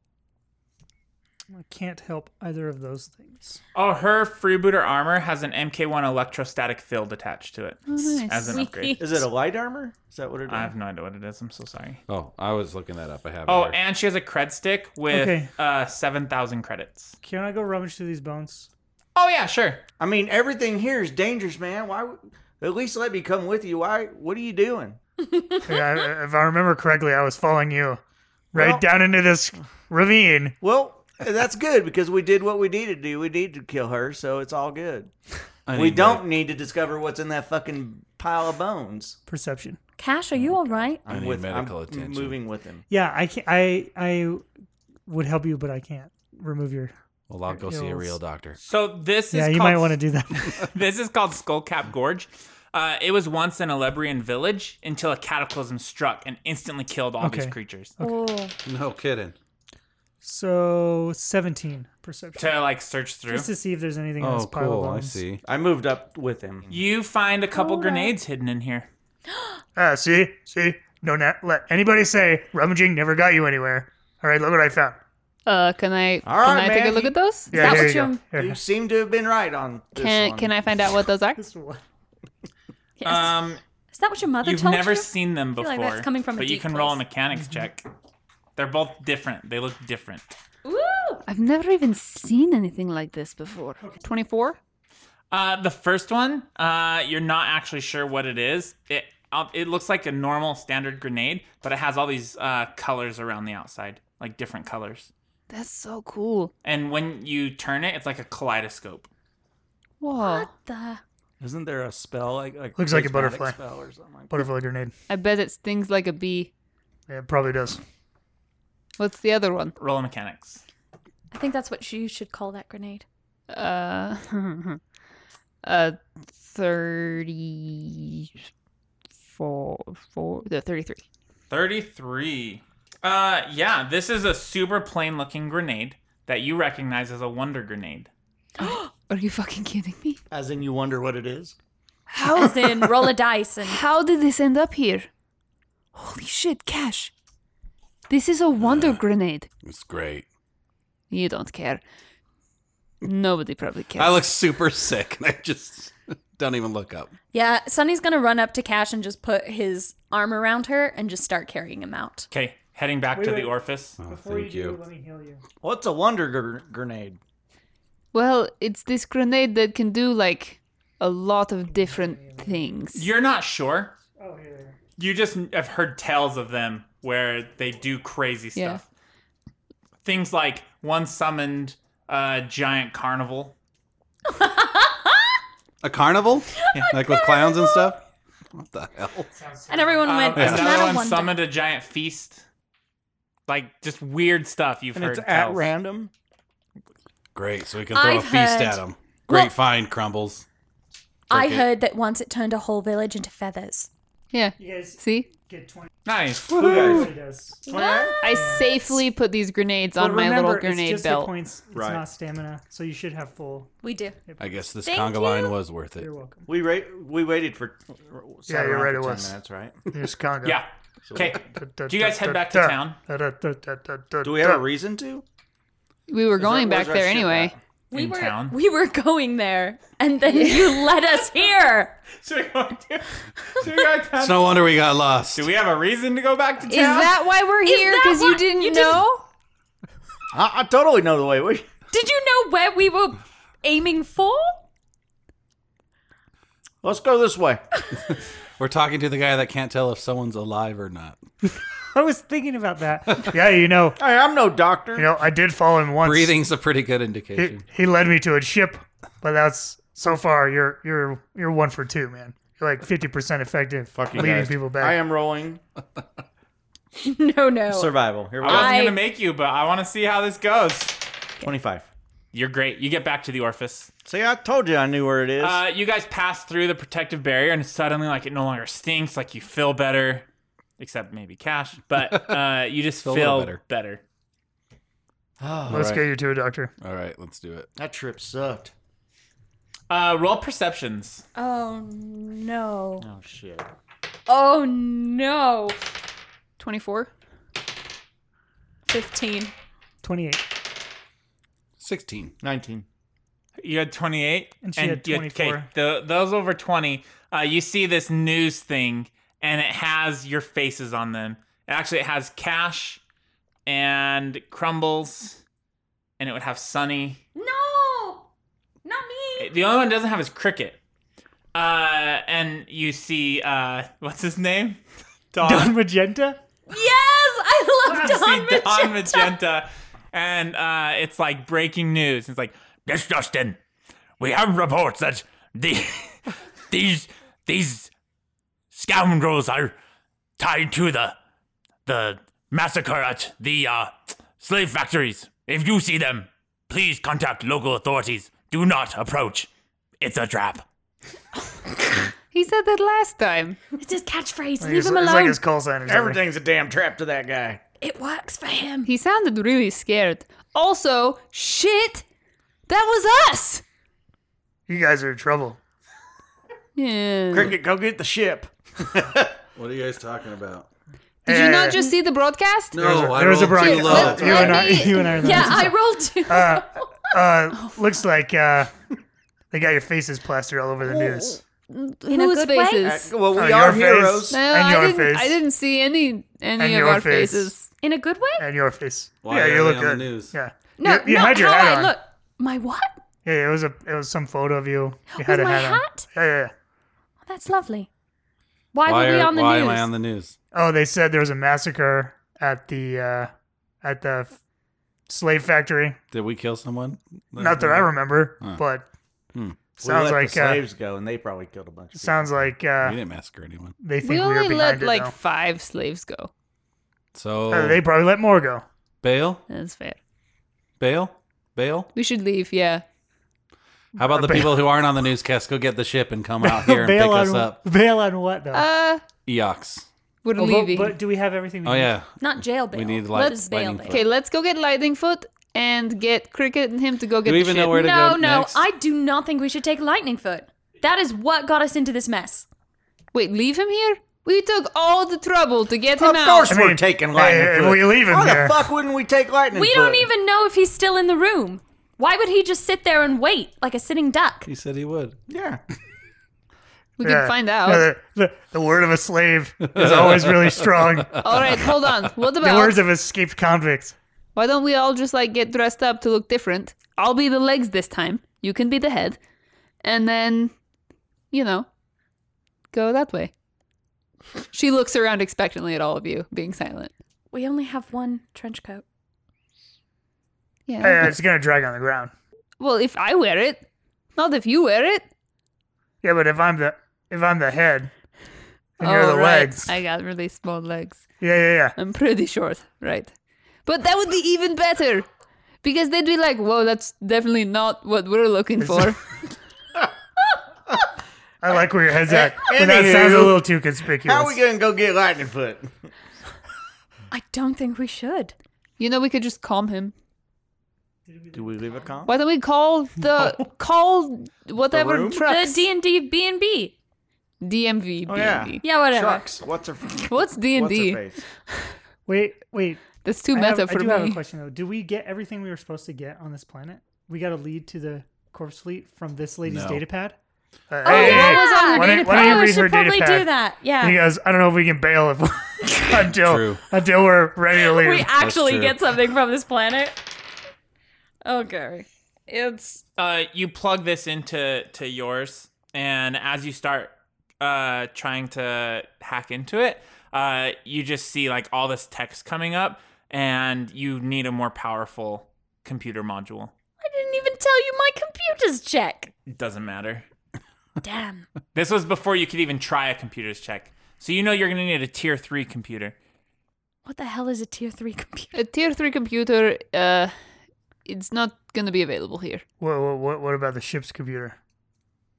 I can't help either of those things.
Oh, her freebooter armor has an MK1 electrostatic field attached to it as an
nice.
upgrade.
Is it a light armor? Is that what it is?
I have no idea what it is. I'm so sorry.
Oh, I was looking that up. I have.
Oh,
it here.
and she has a cred stick with
Okay.
uh, 7,000 credits.
Can I go rummage through these bones?
Oh, yeah, sure.
I mean, everything here is dangerous, man. Why? would- At least let me come with you. Why? What are you doing?
Yeah, I- if I remember correctly, I was following you right
Well-
down into this ravine.
Well, that's good because we did what we needed to do. We need to kill her, so it's all good.
I
We
need
don't need to discover what's in that fucking pile of bones.
Perception.
Cash, are you all right?
I
I'm
need
with
medical
I'm
attention.
moving with him.
Yeah, I can I I would help you, but I can't remove your.
that. Well, I'll go see a
Hills.
real doctor.
So this
Yeah,
is
you
called,
might want to do that.
This is called Skullcap Gorge. Uh, it was once an Alebrian village until a cataclysm struck and instantly killed all these
Okay.
creatures.
Oh,
No kidding.
so seventeen perception,
To like search through,
just to see if there's anything in
Oh,
this pile
cool.
of
I
bones.
see.
I moved up with him.
you find a
Oh,
couple grenades hidden in here.
Ah, see, see. Don't na- let anybody say rummaging never got you anywhere. All right, look what I found.
Uh, can I can
All right,
I take a
man,
look
you-
at those? Is
Yeah,
that
here
what
you
you
go.
You
Here.
seem to have been right on this
can
one.
can I find out what those are?
is,
Um,
is that what your mother
you've
told
never
you?
seen them
feel
before,
like that's coming from a
but you
deep
can roll a
place.
mechanics
Mm-hmm.
check. They're both different. They look different.
I've never even seen anything like this before. Twenty four.
Uh, the first one, uh, you're not actually sure what it is. It uh, it looks like a normal standard grenade, but it has all these uh, colors around the outside, like different colors.
That's so cool.
And when you turn it, it's like a kaleidoscope.
Whoa.
What the?
Isn't there a spell like like
Looks like a
charismatic
butterfly.
spell or something like that?
Butterfly grenade.
I bet it stings like a bee.
Yeah, it probably does.
What's the other one?
Roll a mechanics.
I think that's what you should call that grenade.
Uh, uh, thirty-four, four, the thirty-three.
33. Uh, yeah, this is a super plain looking grenade that you recognize as a wonder grenade.
Are you fucking kidding me?
As in, you wonder what it is.
How? As in, roll a dice and
How did this end up here? Holy shit, Cash! This is a wonder grenade.
It's great.
You don't care. Nobody probably cares.
I look super sick, and I just don't even look up.
yeah, Sonny's gonna run up to Cash and just put his arm around her and just start carrying him out.
Okay, heading back
Wait,
to
wait.
the orifice.
Oh, thank you.
let me heal you.
What's a wonder gr- grenade?
Well, it's this grenade that can do like a lot of different things.
You're not sure.
Oh, here they are.
You just have heard tales of them where they do crazy
Yeah.
stuff. Things like one summoned a giant carnival.
A carnival? like with clowns and stuff? What the hell?
And everyone went,
Um,
Oh "Isn't that
Another
a
one
wonder?"
summoned a giant feast. Like just weird stuff you've
And
heard.
it's at
tells.
random.
Great. So we can throw a
I've
feast
heard-
at them. Great
Well-
find, Crumbles.
I
Okay.
heard that once it turned a whole village into feathers.
Yeah.
You guys
See?
get twenty.
Nice.
Everybody does.
I safely put these grenades on
But
my
remember,
little
it's
grenade
just hit
belt.
points. It's
Right.
not stamina, so you should have full.
We do.
I guess this
Thank
conga line was worth it.
You're welcome.
We ra- we waited for
Yeah, you're right, it was.
That's right.
Here's Congo.
Yeah. Okay. Do you guys head back to town?
Do we have a reason to?
We were going back
that- where's
there
our ship
anyway.
at?
We
In
were
town?
we were going there, and then you let us here.
So we go to- so we go to town.
It's no wonder we got lost.
Do we have a reason to go back to town?
Is that why we're here?
that
Because
why-
you didn't
you didn't-
know?
I, I totally know the way. We
Did you know where we were aiming for?
let's go this way.
We're talking to the guy that can't tell if someone's alive or not.
I was thinking about that.
Yeah, you know,
Hey, I'm no doctor.
you know, I did follow him once.
Breathing's a pretty good
He,
indication.
he led me to a ship, but that's so far you're you're you're one for two, man. You're like fifty percent effective
Fucking
leading
guys.
people back.
I am rolling
No, no.
Oh. survival. Here we
I wasn't
I-
gonna make you, but I want to see how this goes.
go. Twenty-five.
You're great. You get back to the orifice.
See, I told you I knew where it is.
Uh, you guys pass through the protective barrier, and suddenly, like, it no longer stinks. Like, you feel better, except maybe Cash, but uh, you just
Feel
feel,
a little better.
Let's
Alright.
get you to a doctor.
All right, let's do it.
that trip sucked.
Uh, roll perceptions.
Oh no.
Oh shit.
Oh no.
24.
15.
Twenty-eight.
16.
19.
You had 28,
And she had
you
24.
th- those over 20. Uh, you see this news thing, and it has your faces on them. Actually, it has Cash and Crumbles, and it would have Sunny.
No, not me.
The only one it doesn't have is Cricket. Uh, and you see uh, what's his name?
Uh,
Don Magenta?
Yes, I love
You
Don
see Don
Magenta.
Magenta, and uh, it's like breaking news. It's like yes, Dustin, we have reports that the these these scoundrels are tied to the the massacre at the uh, slave factories. If you see them, please contact local authorities. Do not approach. It's a trap.
He said that last time.
It's his catchphrase.
Like
Leave
his-
him
It's like
alone.
his call sign or something.
Everything's a damn trap to that guy.
It works for him.
He sounded really scared. Also, shit, that was us.
You guys are in trouble.
Yeah.
Cricket, go get the ship.
What are you guys talking about?
Did you
Eh.
not just see the broadcast?
No, there
a- there was a broad-
too low.
Let-
You and I- you and I are the
Yeah,
ones
I rolled two.
Uh, uh, looks like uh, they got your faces plastered all over the news.
a
Whose
good way?
faces?
well, we
Oh,
are
your face.
heroes.
No,
And
I
your
didn't.
face.
I didn't see any any
And
of
your
our
face.
faces.
In a good way?
And your face.
Why
yeah,
are
you
they
look
on the
good.
news?
Yeah.
No,
you, you
not
had your
how
hat
I
on.
look. My what?
Yeah, it was a it was some photo of you. You had
With
a
my
hat, on.
hat?
Yeah, yeah, yeah.
Oh, that's lovely. Why,
Why,
were
are,
we on the
why
news?
am I on the news?
Oh, they said there was a massacre at the uh, at the f- slave factory.
Did we kill someone?
Not that I remember,
Huh.
but
Hmm.
sounds
we let
like
the
uh,
slaves go, and they probably killed a bunch. Of
sounds like
we
uh,
didn't massacre anyone.
they think
We
we were
only
behind
let
it
like
now.
five slaves go.
So
Uh, they probably let more go.
bail,
That's fair.
bail, bail.
We should leave. Yeah.
How about the
Bail.
people who aren't on the newscast? Go get the ship and come out here and pick
bail
us
on,
up.
Bail on what, though?
Uh,
Eox.
we're
Oh, but,
leaving.
but do we have everything we
Oh
need?
yeah,
Not jail bail.
we need light,
Let's
lightning.
bail
foot.
Okay, let's go get Lightningfoot and get Cricket and him to go get
we
the
even know
ship.
where to
no,
go
no,
next?
I do not think we should take Lightning Foot. That is what got us into this mess.
Wait, leave him here? We took all the trouble to get him
Of
out.
course
I
we're
mean,
taking
hey,
lightning.
if
foot.
we leave him
Why
here-
the fuck wouldn't we take lightning?
We
foot?
don't even know if he's still in the room. Why would he just sit there and wait like a sitting duck?
He said he would.
Yeah.
We
Yeah.
can find
Yeah,
out.
the, the, the word of a slave is always really strong. The
all right, hold on. What about
words of escaped convicts.
why don't we all just like get dressed up to look different? I'll be the legs this time. You can be the head. And then, you know, go that way. She looks around expectantly at all of you, being silent.
We only have one trench coat.
Yeah.
Hey, it's gonna drag on the ground.
Well, if I wear it, not if you wear it.
Yeah, but if I'm the if I'm the head and you're
Oh,
the
right.
legs,
I got really small legs.
yeah, yeah, yeah.
I'm pretty short, right? But that would be even better because they'd be like, "Whoa, that's definitely not what we're looking for."
I like where your head's at.
Eh,
But that
anywho,
sounds a little too conspicuous.
How are we gonna go get lightning foot?
I don't think we should.
you know, we could just calm him.
Do we leave a con?
Why don't we call the call whatever
room?
trucks
The D and D B and B.
DMV?
Oh, yeah.
BNB.
Yeah, whatever.
Trucks. What's her? What's
What's D
her
and D?
face?
Wait, wait.
That's too
I, have,
meta
I
for
do
me.
have a question, though. Do we get everything we were supposed to get on this planet? We got a lead to the corpse fleet from this lady's
No.
datapad. pad?
Uh,
Oh,
hey,
that
hey,
was on her
why
data
don't, why don't
pad.
you
we
read her
should
data
probably
pad?
do that. Yeah.
He goes, I don't know if we can bail if until
True.
until we're ready to leave.
we actually
true.
get something from this planet. Okay. Oh, It's
uh, you plug this into to yours, and as you start uh, trying to hack into it, uh, you just see like all this text coming up, and you need a more powerful computer module.
I didn't even tell you my computer's check.
It doesn't matter.
Damn.
This was before you could even try a computer's check, so you know you're gonna need a tier three computer.
What the hell is a tier three computer?
A tier three computer. Uh, it's not gonna be available here.
What, what, what, what about the ship's computer?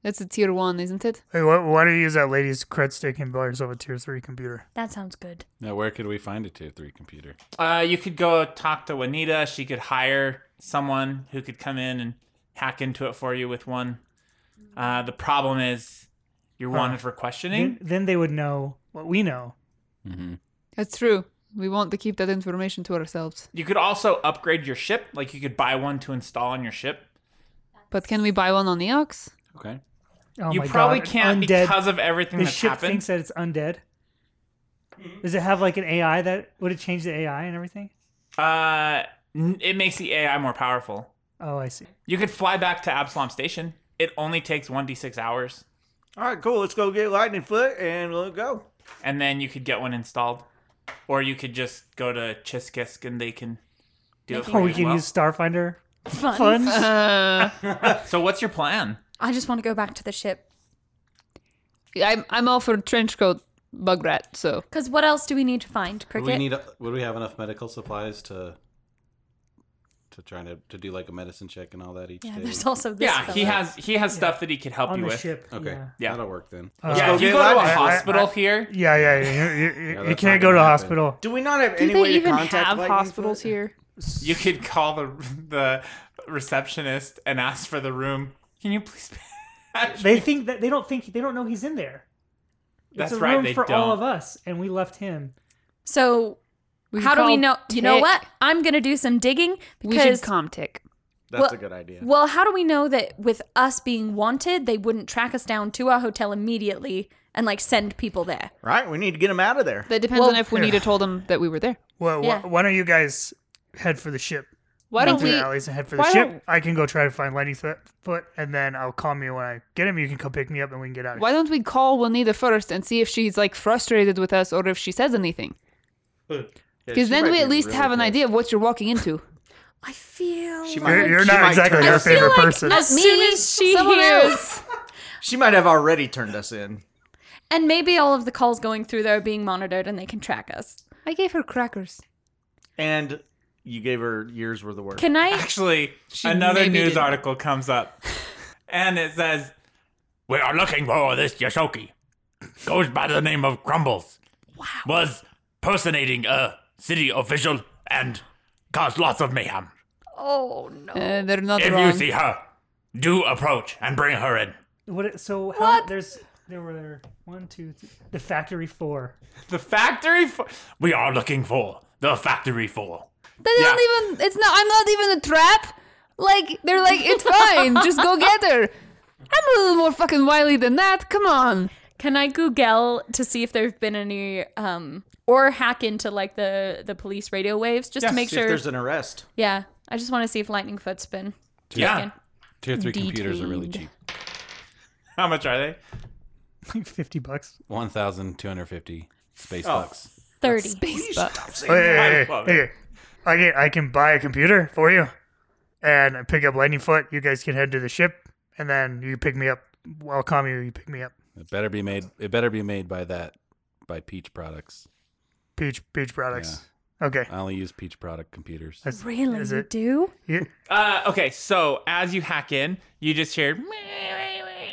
That's a tier one, isn't it?
Hey, why, why don't you use that lady's cred stick and buy yourself a tier three computer?
That sounds good.
Now, where could we find a tier three computer?
Uh, you could go talk to Juanita. She could hire someone who could come in and hack into it for you with one. Uh, the problem is you're wanted for questioning.
Then, then they would know what we know.
Mm-hmm.
That's true. We want to keep that information to ourselves.
You could also upgrade your ship. Like you could buy one to install on your ship.
But can we buy one on E the ox?
Okay.
Oh
you
my
probably
God,
can't
undead.
because of everything
the
that's
ship
happened.
thinks that it's undead.
Mm-hmm.
Does it have like an AI that would it change the AI and everything?
uh, n- it makes the AI more powerful.
Oh, I see.
You could fly back to Absalom Station. It only takes one d six hours,
All right, cool. Let's go get Lightning Foot and we'll go.
and then you could get one installed, or you could just go to Chiskisk and they can do it for
Oh,
you
we
as
can
well.
use Starfinder
Fun.
funds.
Uh,
So what's your plan?
I just want to go back to the ship.
I'm I'm all for trench coat bug rat. So
Because what else do we need to find,
Would
Cricket?
we need? Would we have enough medical supplies to to try to to do like a medicine check and all that each
yeah,
day?
there's also this.
Yeah,
fella.
he has he has stuff that he could help
on
you
the
with.
ship.
okay,
yeah.
Yeah.
that'll work then.
Uh,
Yeah, if you
Okay,
go to a
let's- I- I-
hospital here,
yeah, yeah. You, you, you-
Yeah,
you
that's not
can't go to
gonna
hospital.
Do we not have
do
any
they
way
even
to contact
have
Lightning
hospitals
Foot?
here?
You could call the the receptionist and ask for the room. Can you please? patch
They
me?"
think that they don't think they don't know he's in there.
That's
it's a
right.
room
they
for
don't.
all of us, and we left him.
So
we
how
should
do we
call
know? You know
Tick.
what? I'm gonna do some digging
We should
because.
calm tick.
That's
Well-
a good idea.
well, how do we know that with us being wanted, they wouldn't track us down to our hotel immediately and like send people there?
Right, we need to get him out of there.
That depends
Well-
on if we need to tell them that we were there.
Well, wh-
Yeah.
why don't you guys head for the ship?
Why
Run
don't
through
we?
the alleys and head for the
why
ship?
don't-
I can go try to find Lightning Th- Foot, and then I'll call you when I get him. You can come pick me up, and we can get out. of here.
Why don't we call Juanita first and see if she's like frustrated with us or if she says anything? Because then we at least have an idea of what you're walking into.
I feel.
She
You're,
might,
you're
she
not
might
exactly
turn
her
us-
favorite
like
person.
not-
Not
As
me,
soon as she
someone
hears-
else.
She might have already turned us in.
And maybe all of the calls going through there are being monitored and they can track us.
I gave her crackers.
And you gave her years worth of work.
Can I?
Actually, another
maybe
news
didn't.
article comes up, and it says, "We are looking for this Yoshoki. Goes by the name of Crumbles. Was personating a city official and caused lots of mayhem.
Oh no.
Uh, they're not
If you
wrong.
see her, do approach and bring her in."
What? So how, there's there were one, two, three, the factory four.
The factory. Fo- we are looking for the factory four.
They
Yeah.
don't even. It's not. I'm not even a trap. Like they're like, it's fine. Just go get her. I'm a little more fucking wily than that. Come on.
Can I Google to see if there've been any um or hack into like the the police radio waves just to make
See if
sure?
there's an arrest.
Yeah, I just want to see if Lightning Foot's been.
Yeah.
Tier three computers are really cheap.
How much are they?
Like fifty bucks.
One thousand two hundred fifty space
Oh.
bucks.
Thirty.
Hey, hey, hey,
love
hey, I can I can buy a computer for you, and pick up Lightning Foot. You guys can head to the ship, and then you pick me up. I'll call you. You pick me up.
It better be made. It better be made by that by Peach Products.
Peach Peach Products. Okay.
I only use Peach Product computers.
That's-
Really?
Is
you
it?
do?
You,
Uh, okay, so as you hack in, you just hear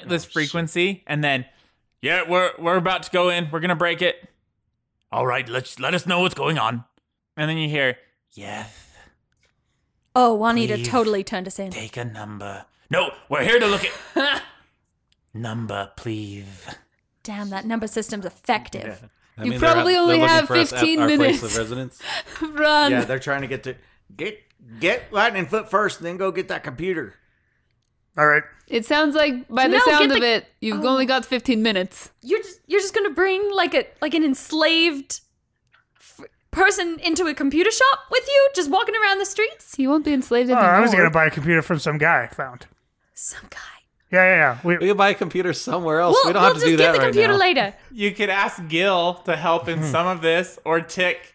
this frequency, and then yeah, we're we're about to go in. We're gonna break it. All right, let's let us know what's going on. And then you hear yes,
Oh, Juanita
Please.
totally turned us in.
take a number. No, we're here to look at number, please.
Damn, that number system's effective.
That
You
means they're
probably
out-
only
they're looking
have
for us at
15
our
minutes.
Place of residence.
Run.
Yeah, they're trying to get to get get Lightning Foot first, then go get that computer.
all right.
It sounds like by the
No, get
sound of
the-
it, you've only got 15 minutes.
You're just you're just gonna bring like a like an enslaved f- person into a computer shop with you, just walking around the streets.
You won't be enslaved
Oh,
anymore.
I was gonna buy a computer from some guy I found.
Some guy.
Yeah, yeah, yeah.
We
We,
can buy a computer somewhere else.
We'll,
we don't
we'll
have to
just get
do that
the
right
computer
now.
later.
You could ask Gil to help in some of this, or Tick.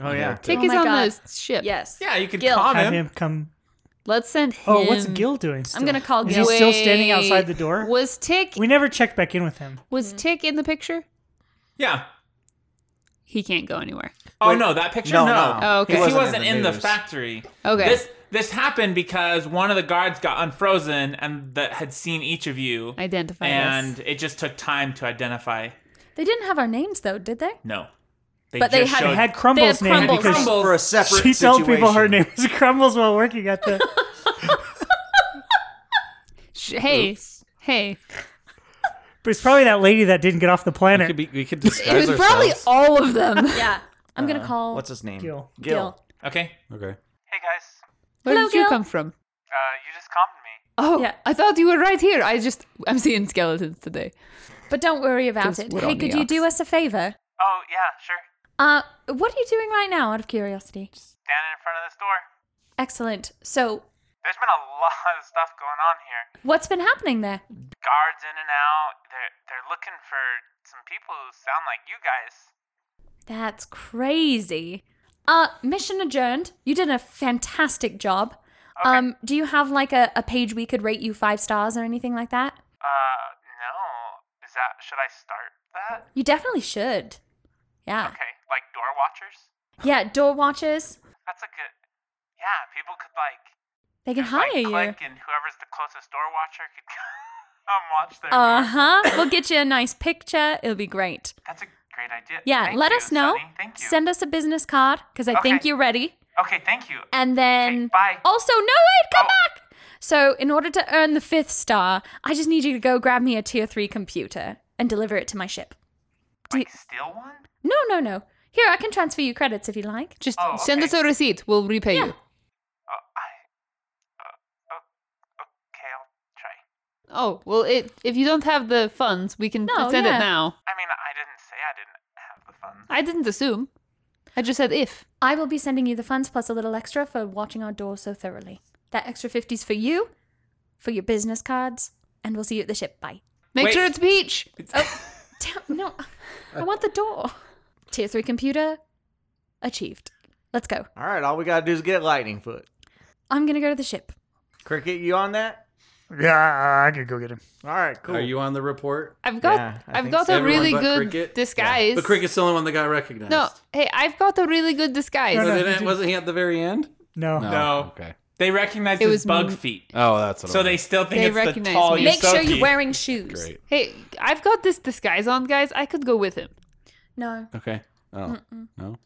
Oh yeah.
Tick
Oh
is
my
on
God.
the ship.
Yes.
Yeah, you could
Gil.
calm
Have
him.
him come.
Let's send him.
Oh, what's Gil doing? Still?
gonna call
Is
Gil.
he still standing outside the
Wait.
door?
Was Tick
We never checked back in with him.
was Tick in the picture?
Yeah.
He can't go anywhere.
Oh
Wait,
no, that picture
no,
no.
no.
Oh, okay.
He wasn't,
He
in, the,
news.
factory.
Okay.
This this happened because one of the guards got unfrozen and that had seen each of you.
Identify
and
us.
it just took time to identify.
They didn't have our names though, did they?
No. They
But they
just
had-
showed
I had Crumble's
They
name
have Crumbles.
because
Crumbles.
For a separate
she told
situation.
people her name was Crumbles while working at the.
Sh- Hey, hey.
but it's probably that lady that didn't get off the
Could
planet.
be, we could
It
disguise
was probably
ourselves.
all of them.
Yeah. I'm gonna
uh,
call
What's his name?
Gil.
Gil.
Okay.
Okay.
Hey guys,
Where
Hello,
did you
Gil.
come from?
uh, you just calmed me.
Oh,
Yeah.
I thought you were right here. I just I'm seeing skeletons today.
But don't worry about
Because
it.
we're
Hey,
on the
could you do
ox.
us a favor?
Oh yeah, sure.
Uh, what are you doing right now, out of curiosity?
Standing in front of this door.
Excellent. So,
There's been a lot of stuff going on here.
what's been happening there?
Guards in and out. They're they're looking for some people who sound like you guys.
That's crazy. Uh, mission adjourned. You did a fantastic job.
Okay.
Um, do you have like a, a page we could rate you five stars or anything like that?
Uh, no. Is that should I start that?
You definitely should. Yeah.
Okay, like door watchers.
Yeah, door watchers.
That's a good. Yeah, people could like.
They can
just,
hire
like,
you.
Click and whoever's the closest door watcher could come watch their.
Uh
door.
huh. we'll get you a nice picture. It'll be great.
That's a great idea.
Yeah,
Thank
let
you,
us know.
Sunny. Thank you.
Send us a business card because I think
Okay.
you're ready.
okay, thank you.
And then
Okay, bye.
also, no, wait, come
Oh.
back. So, in order to earn the fifth star, I just need you to go grab me a tier three computer and deliver it to my ship. do
Like steal one?
No, no, no. Here, I can transfer you credits if you like.
Just
Oh,
send us
okay.
a receipt. We'll repay
Yeah.
you.
Oh, I. Uh, oh, okay, I'll try.
Oh well, it, if you don't have the funds, we can
No,
send
yeah.
it now.
I mean, I didn't say I didn't have the funds.
I didn't assume. I just said if.
I will be sending you the funds plus a little extra for watching our door so thoroughly. That extra 50's for you, for your business cards, and we'll see you at the ship. Bye.
Make
Wait.
sure it's Peach.
Damn, no, I want the door. Tier 3 computer achieved. Let's go.
All right, all we gotta do is get Lightning Foot.
I'm going to go to the ship.
Cricket, you on that?
Yeah, I, I could go get him.
All right, cool.
Are you on the report?
I've got
Yeah, I
I've
think
got
so.
a
Everyone
really
but
good
Cricket?
disguise.
But Cricket's the only one that got recognized.
No, hey, I've got a really good disguise.
No, no.
Wasn't, it, wasn't he at the very end?
No.
No.
Okay.
They recognize
It
his
was
bug
m-
feet.
Oh, that's what it
so they
was.
still think
They
it's the
recognize
Oh,
tall
me.
Make sure
Yusoki.
you're wearing shoes.
Great.
Hey, I've got this disguise on, guys. I could go with him.
No.
Okay. Oh. No.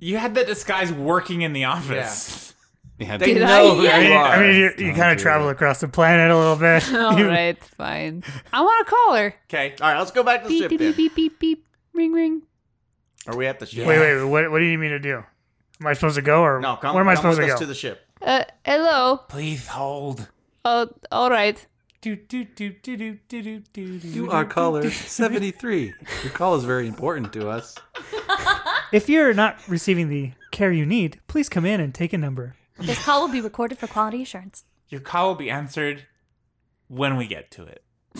You had that disguise working in the office.
Yeah,
They
Did I?
know who
I
Yeah.
you
mean,
are.
I mean, you, you
Don't
kind of
do
travel
it.
across the planet a little bit.
All
You-
right, fine. I want to call her.
Okay.
all right, let's go back to the
Beep
ship.
beep beep
Then.
beep beep beep. Ring ring.
Are we at the ship?
Wait, wait, what, what do you mean to do? Am I supposed to go or
No, come.
where am I
come
supposed
with
to
us
go?
to the ship?
Uh, hello.
Please hold.
Oh, all right.
Do, do, do, do, do, do, do, do,
You are caller 73. Your call is very important to us.
If you're not receiving the care you need, please come in and take a number.
This call will be recorded for quality assurance.
Your call will be answered when we get to it.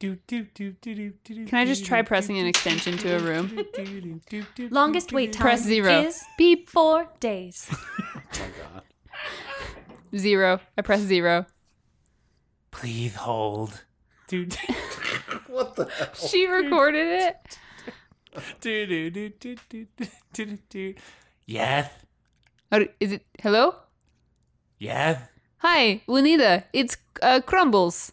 do, do, do, do, do, do, do,
Can I just
do,
try
do,
pressing
do,
an
do,
extension
do,
to a
do,
room?
do, do, do, do, do,
Longest
do,
wait
do.
time
Press zero.
is beep four days.
Zero. I press zero.
Please hold. Do, do,
She recorded it.
do, do, do, do, do, do, do, do. Yes.
Or Is it hello?
Yes.
Hi, Winita. It's uh, Crumbles.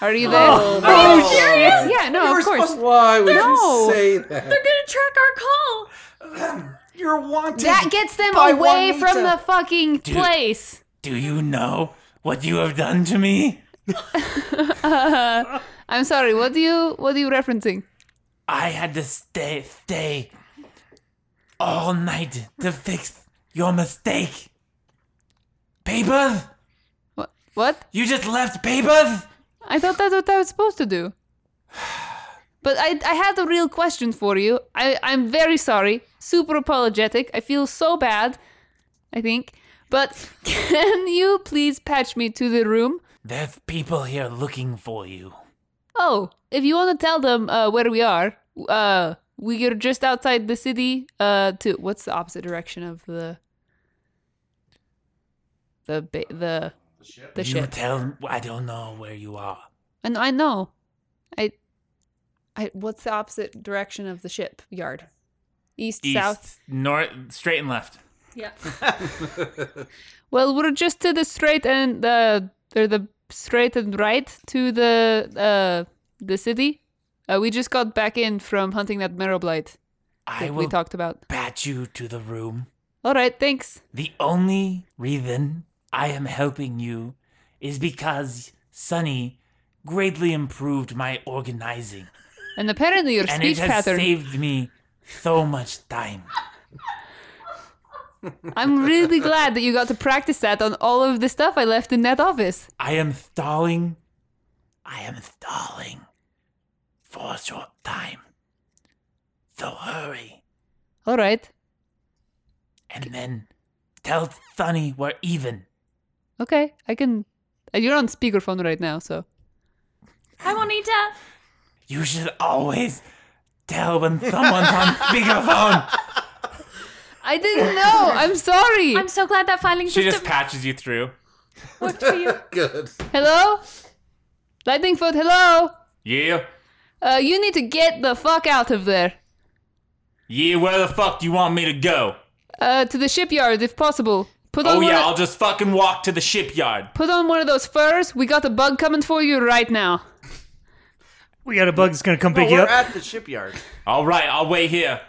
Are you there?
Are you serious?
Yeah, no, Oh, of course.
Why would
No.
say that?
They're gonna track our call.
You're wanted.
That gets them
By
away
Juanita.
from the fucking place.
Do you know what you have done to me?
I'm sorry. What do you what are you referencing?
I had to stay stay all night to fix your mistake. Papers?
What? What?
You just left papers?
I thought that's what I was supposed to do. But I, I had a real question for you. I, I'm very sorry. Super apologetic. I feel so bad, I think. But can you please patch me to the room?
There's people here looking for you.
Oh, if you want to tell them uh, where we are, uh, we are just outside the city. Uh, to what's the opposite direction of the the ba- the the
you
ship?
tell I don't know where you are.
And I know, I, I what's the opposite direction of the ship yard? East, south.
north, straight and left.
Yeah.
Well, we're just to the straight and the or the straight and right to the uh the city. Uh, we just got back in from hunting that marrow blight
I
that
will
we talked about.
bat you to the room.
All right, thanks.
The only reason I am helping you is because Sunny greatly improved my organizing.
And apparently your
and
speech
it has
pattern.
saved me so much time.
I'm really glad that you got to practice that on all of the stuff I left in that office.
I am stalling. I am stalling for a short time. So hurry.
All right.
And then tell Sunny we're even.
Okay. I can. uh, You're on speakerphone right now, so.
I will need to.
You should always tell when someone's on speakerphone.
I didn't know. I'm sorry.
I'm so glad that filing
She just
system
patches you through.
worked for you.
Good.
Hello? Lightningfoot, hello?
Yeah.
Uh, you need to get the fuck out of there.
Yeah, where the fuck do you want me to go?
Uh, to the shipyard if possible. Put on
Oh
one
yeah,
of-
I'll just fucking walk to the shipyard.
Put on one of those furs. We got a bug coming for you right now.
We got a bug that's gonna come
No,
pick you
we're
up.
at the shipyard.
All right, I'll wait here.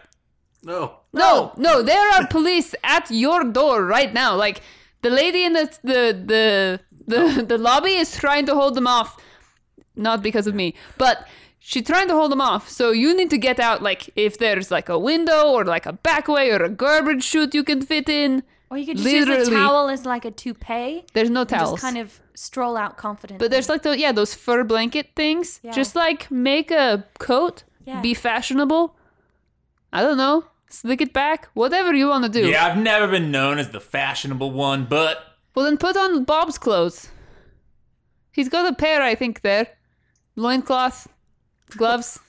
No.
No, no, there are police at your door right now. Like the lady in the the the the, the lobby is trying to hold them off. Not because of me, but she's trying to hold them off. So you need to get out. Like if there's like a window or like a back way or a garbage chute you can fit in.
Or you could just use a
Literally.
towel as like a toupee.
There's no
and
towels.
Just kind of stroll out confidently.
But there's like the yeah those fur blanket things.
Yeah.
Just like make a coat,
Yeah.
be fashionable. I don't know, slick it back, whatever you want to do.
Yeah, I've never been known as the fashionable one, but
Well then put on Bob's clothes. He's got a pair, I think. There, loincloth, gloves.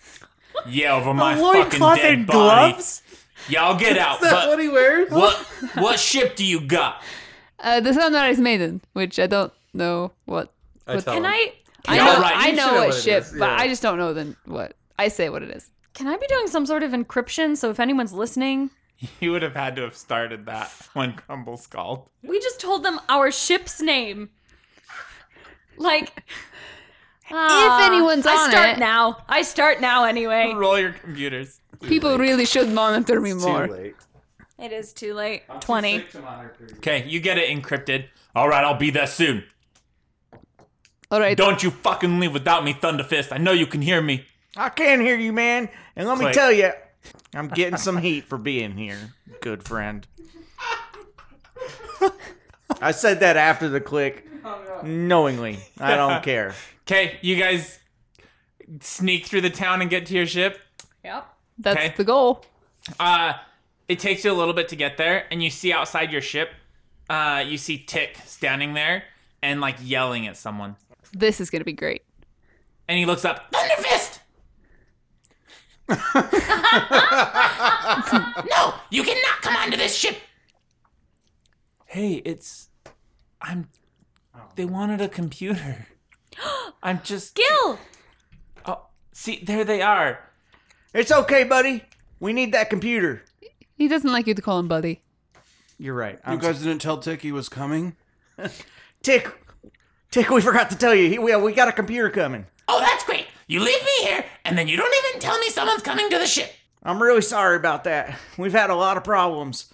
yeah, over my fucking
Loincloth
dead
and
body.
gloves?
Y'all get out.
Is that
but
what he wears?
what what ship do you got?
Uh, the Sunrise Maiden, which I don't know what.
I
What-
tell
Can
him.
I
I
Yeah,
know,
right, you
I
should
know
know
what
what it
ship,
is,
but
yeah.
I just don't know then what. I say what it is.
can I be doing some sort of encryption so if anyone's listening,
You would have had to have started that when Crumbles called.
we just told them our ship's name. Like Ah,
anyone's on
I start
it-
now. I start now anyway.
Roll your computers.
People really should monitor me more.
Too late.
It is too late. 20.
Okay, you get it encrypted. All right, I'll be there soon.
All right,
Don't you fucking leave without me, Thunderfist. I know you can hear me.
I can hear you, man. And let me
Click.
tell you, I'm getting some heat for being here, good friend. I said that after the click, knowingly. I don't care.
Okay, you guys sneak through the town and get to your ship.
that's
okay.
the goal.
Uh, it takes you a little bit to get there, and you see outside your ship, uh, you see Tick standing there and like yelling at someone.
This is gonna be great.
And he looks up, Thunderfist! no, you cannot come onto this ship! Hey, it's. I'm. They wanted a computer. I'm just.
Gil!
Oh, see, there they are.
It's okay, buddy. We need that computer.
He doesn't like you to call him buddy.
You're right.
You
I'm
guys didn't tell Tick he was coming?
Tick, Tick, we forgot to tell you. He- We, we got a computer coming.
Oh, that's great. You leave me here, and then you don't even tell me someone's coming to the ship.
I'm really sorry about that. We've had a lot of problems.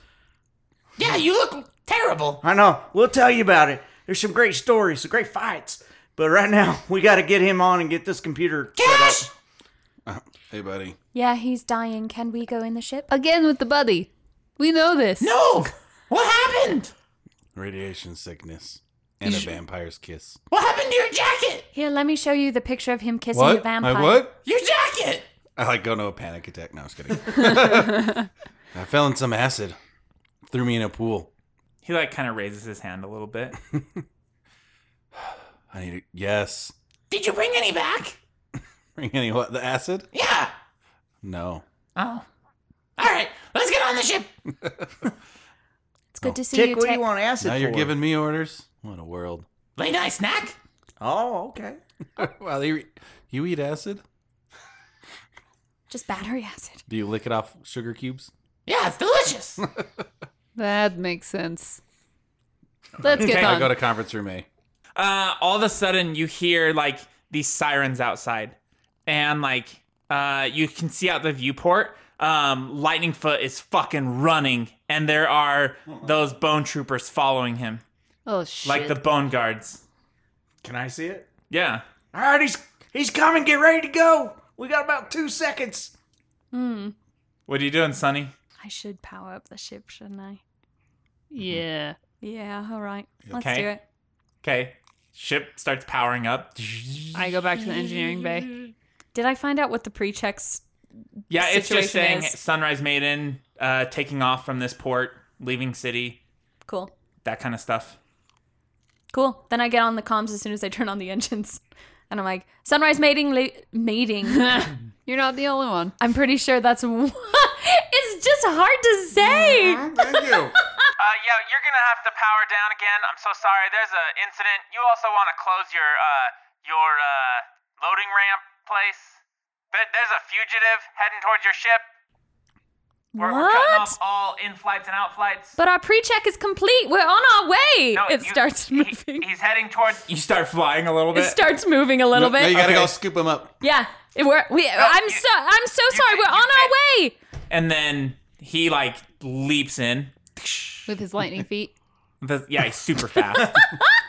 Yeah, you look terrible.
I know. We'll tell you about it. There's some great stories, some great fights. But right now, we got to get him on and get this computer.
Cash!
Oh. Hey, buddy.
Yeah, he's dying. Can we go in the ship?
Again with the buddy. We know this.
No! Oh! What happened?
Radiation sickness and a vampire's kiss.
What happened to your jacket?
Here, let me show you the picture of him kissing the vampire.
I what?
Your jacket!
I like go into a panic attack. No, I was kidding. I fell in some acid. Threw me in a pool.
He like kind of raises his hand a little bit.
I need it. Yes.
Did you bring any back?
Bring any what? The acid?
Yeah.
No.
Oh. All right, let's get on the ship.
It's
Oh.
good to see
Tick,
you,
what do
Tick.
you want acid
now
for?
you're giving me orders? What a world.
Late night snack?
Oh, okay.
wow, they, you eat acid?
Just battery acid.
Do you lick it off sugar cubes?
Yeah, it's delicious.
That makes sense. Let's get
Okay.
I
on.
go to conference room A.
uh, all of a sudden you hear like these sirens outside and like uh, you can see out the viewport um, lightning foot is fucking running and there are those bone troopers following him
oh shit!
like the bone guards
Can I see it?
yeah
All right, he's he's coming. Get ready to go. We got about two seconds.
What are you doing, Sonny?
I should power up the ship, shouldn't I?
Yeah.
Yeah, all right. Let's
Okay.
do it.
Okay. Ship starts powering up.
I go back to the engineering bay.
Did I find out what the pre checks?
Yeah, it's just
Situation
saying
is-
Sunrise Maiden uh, taking off from this port, leaving city,
Cool.
that kind of stuff.
Cool. Then I get on the comms as soon as I turn on the engines. And I'm like, Sunrise mating, la- mating.
You're not the only one.
I'm pretty sure that's. it's just hard to say.
Thank you.
Uh, yeah, you're gonna have to power down again. I'm so sorry. There's a incident. You also want to close your uh your uh loading ramp place. There- There's a fugitive heading towards your ship. We're, we're cutting
What?
off all in flights and out flights.
But our pre check is complete. We're on our way. it
you-
starts
he-
moving.
he's heading towards.
You start flying a little
it
bit.
starts moving a little
No, no,
bit.
you gotta go
Okay.
scoop him up.
yeah. It- we're, we, I'm
you-
so I'm so sorry.
you-
We're
you
on our way.
and then he like leaps in.
With his lightning feet.
The- yeah, he's super fast.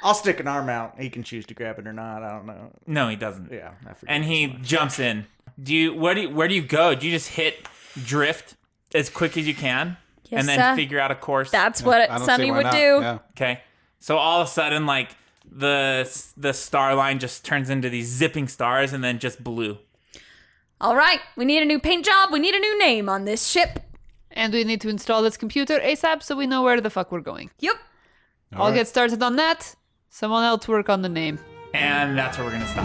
I'll stick an arm out. He can choose to grab it or not. I don't know.
no, he doesn't.
Yeah. I forget
And
this
he
one.
jumps in. Do you where do you, where do you go? Do you just hit drift as quick as you can
Yes,
and then
sir.
figure out a course?
That's
I
what
don't see
Sunny
why
would
not.
do.
Yeah.
Okay. So all of a sudden, like the the star line just turns into these zipping stars, and then just blue.
All right. We need a new paint job. We need a new name on this ship.
And we need to install this computer ASAP so we know where the fuck we're going.
Yep.
I'll get started on that. Someone else work on the name.
And that's where we're gonna stop.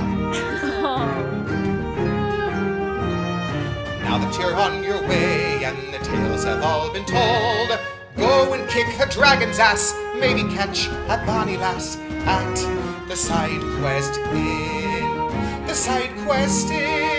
Now that you're on your way and the tales have all been told, go and kick the dragon's ass, maybe catch a bonny lass at the side quest inn. The side quest inn.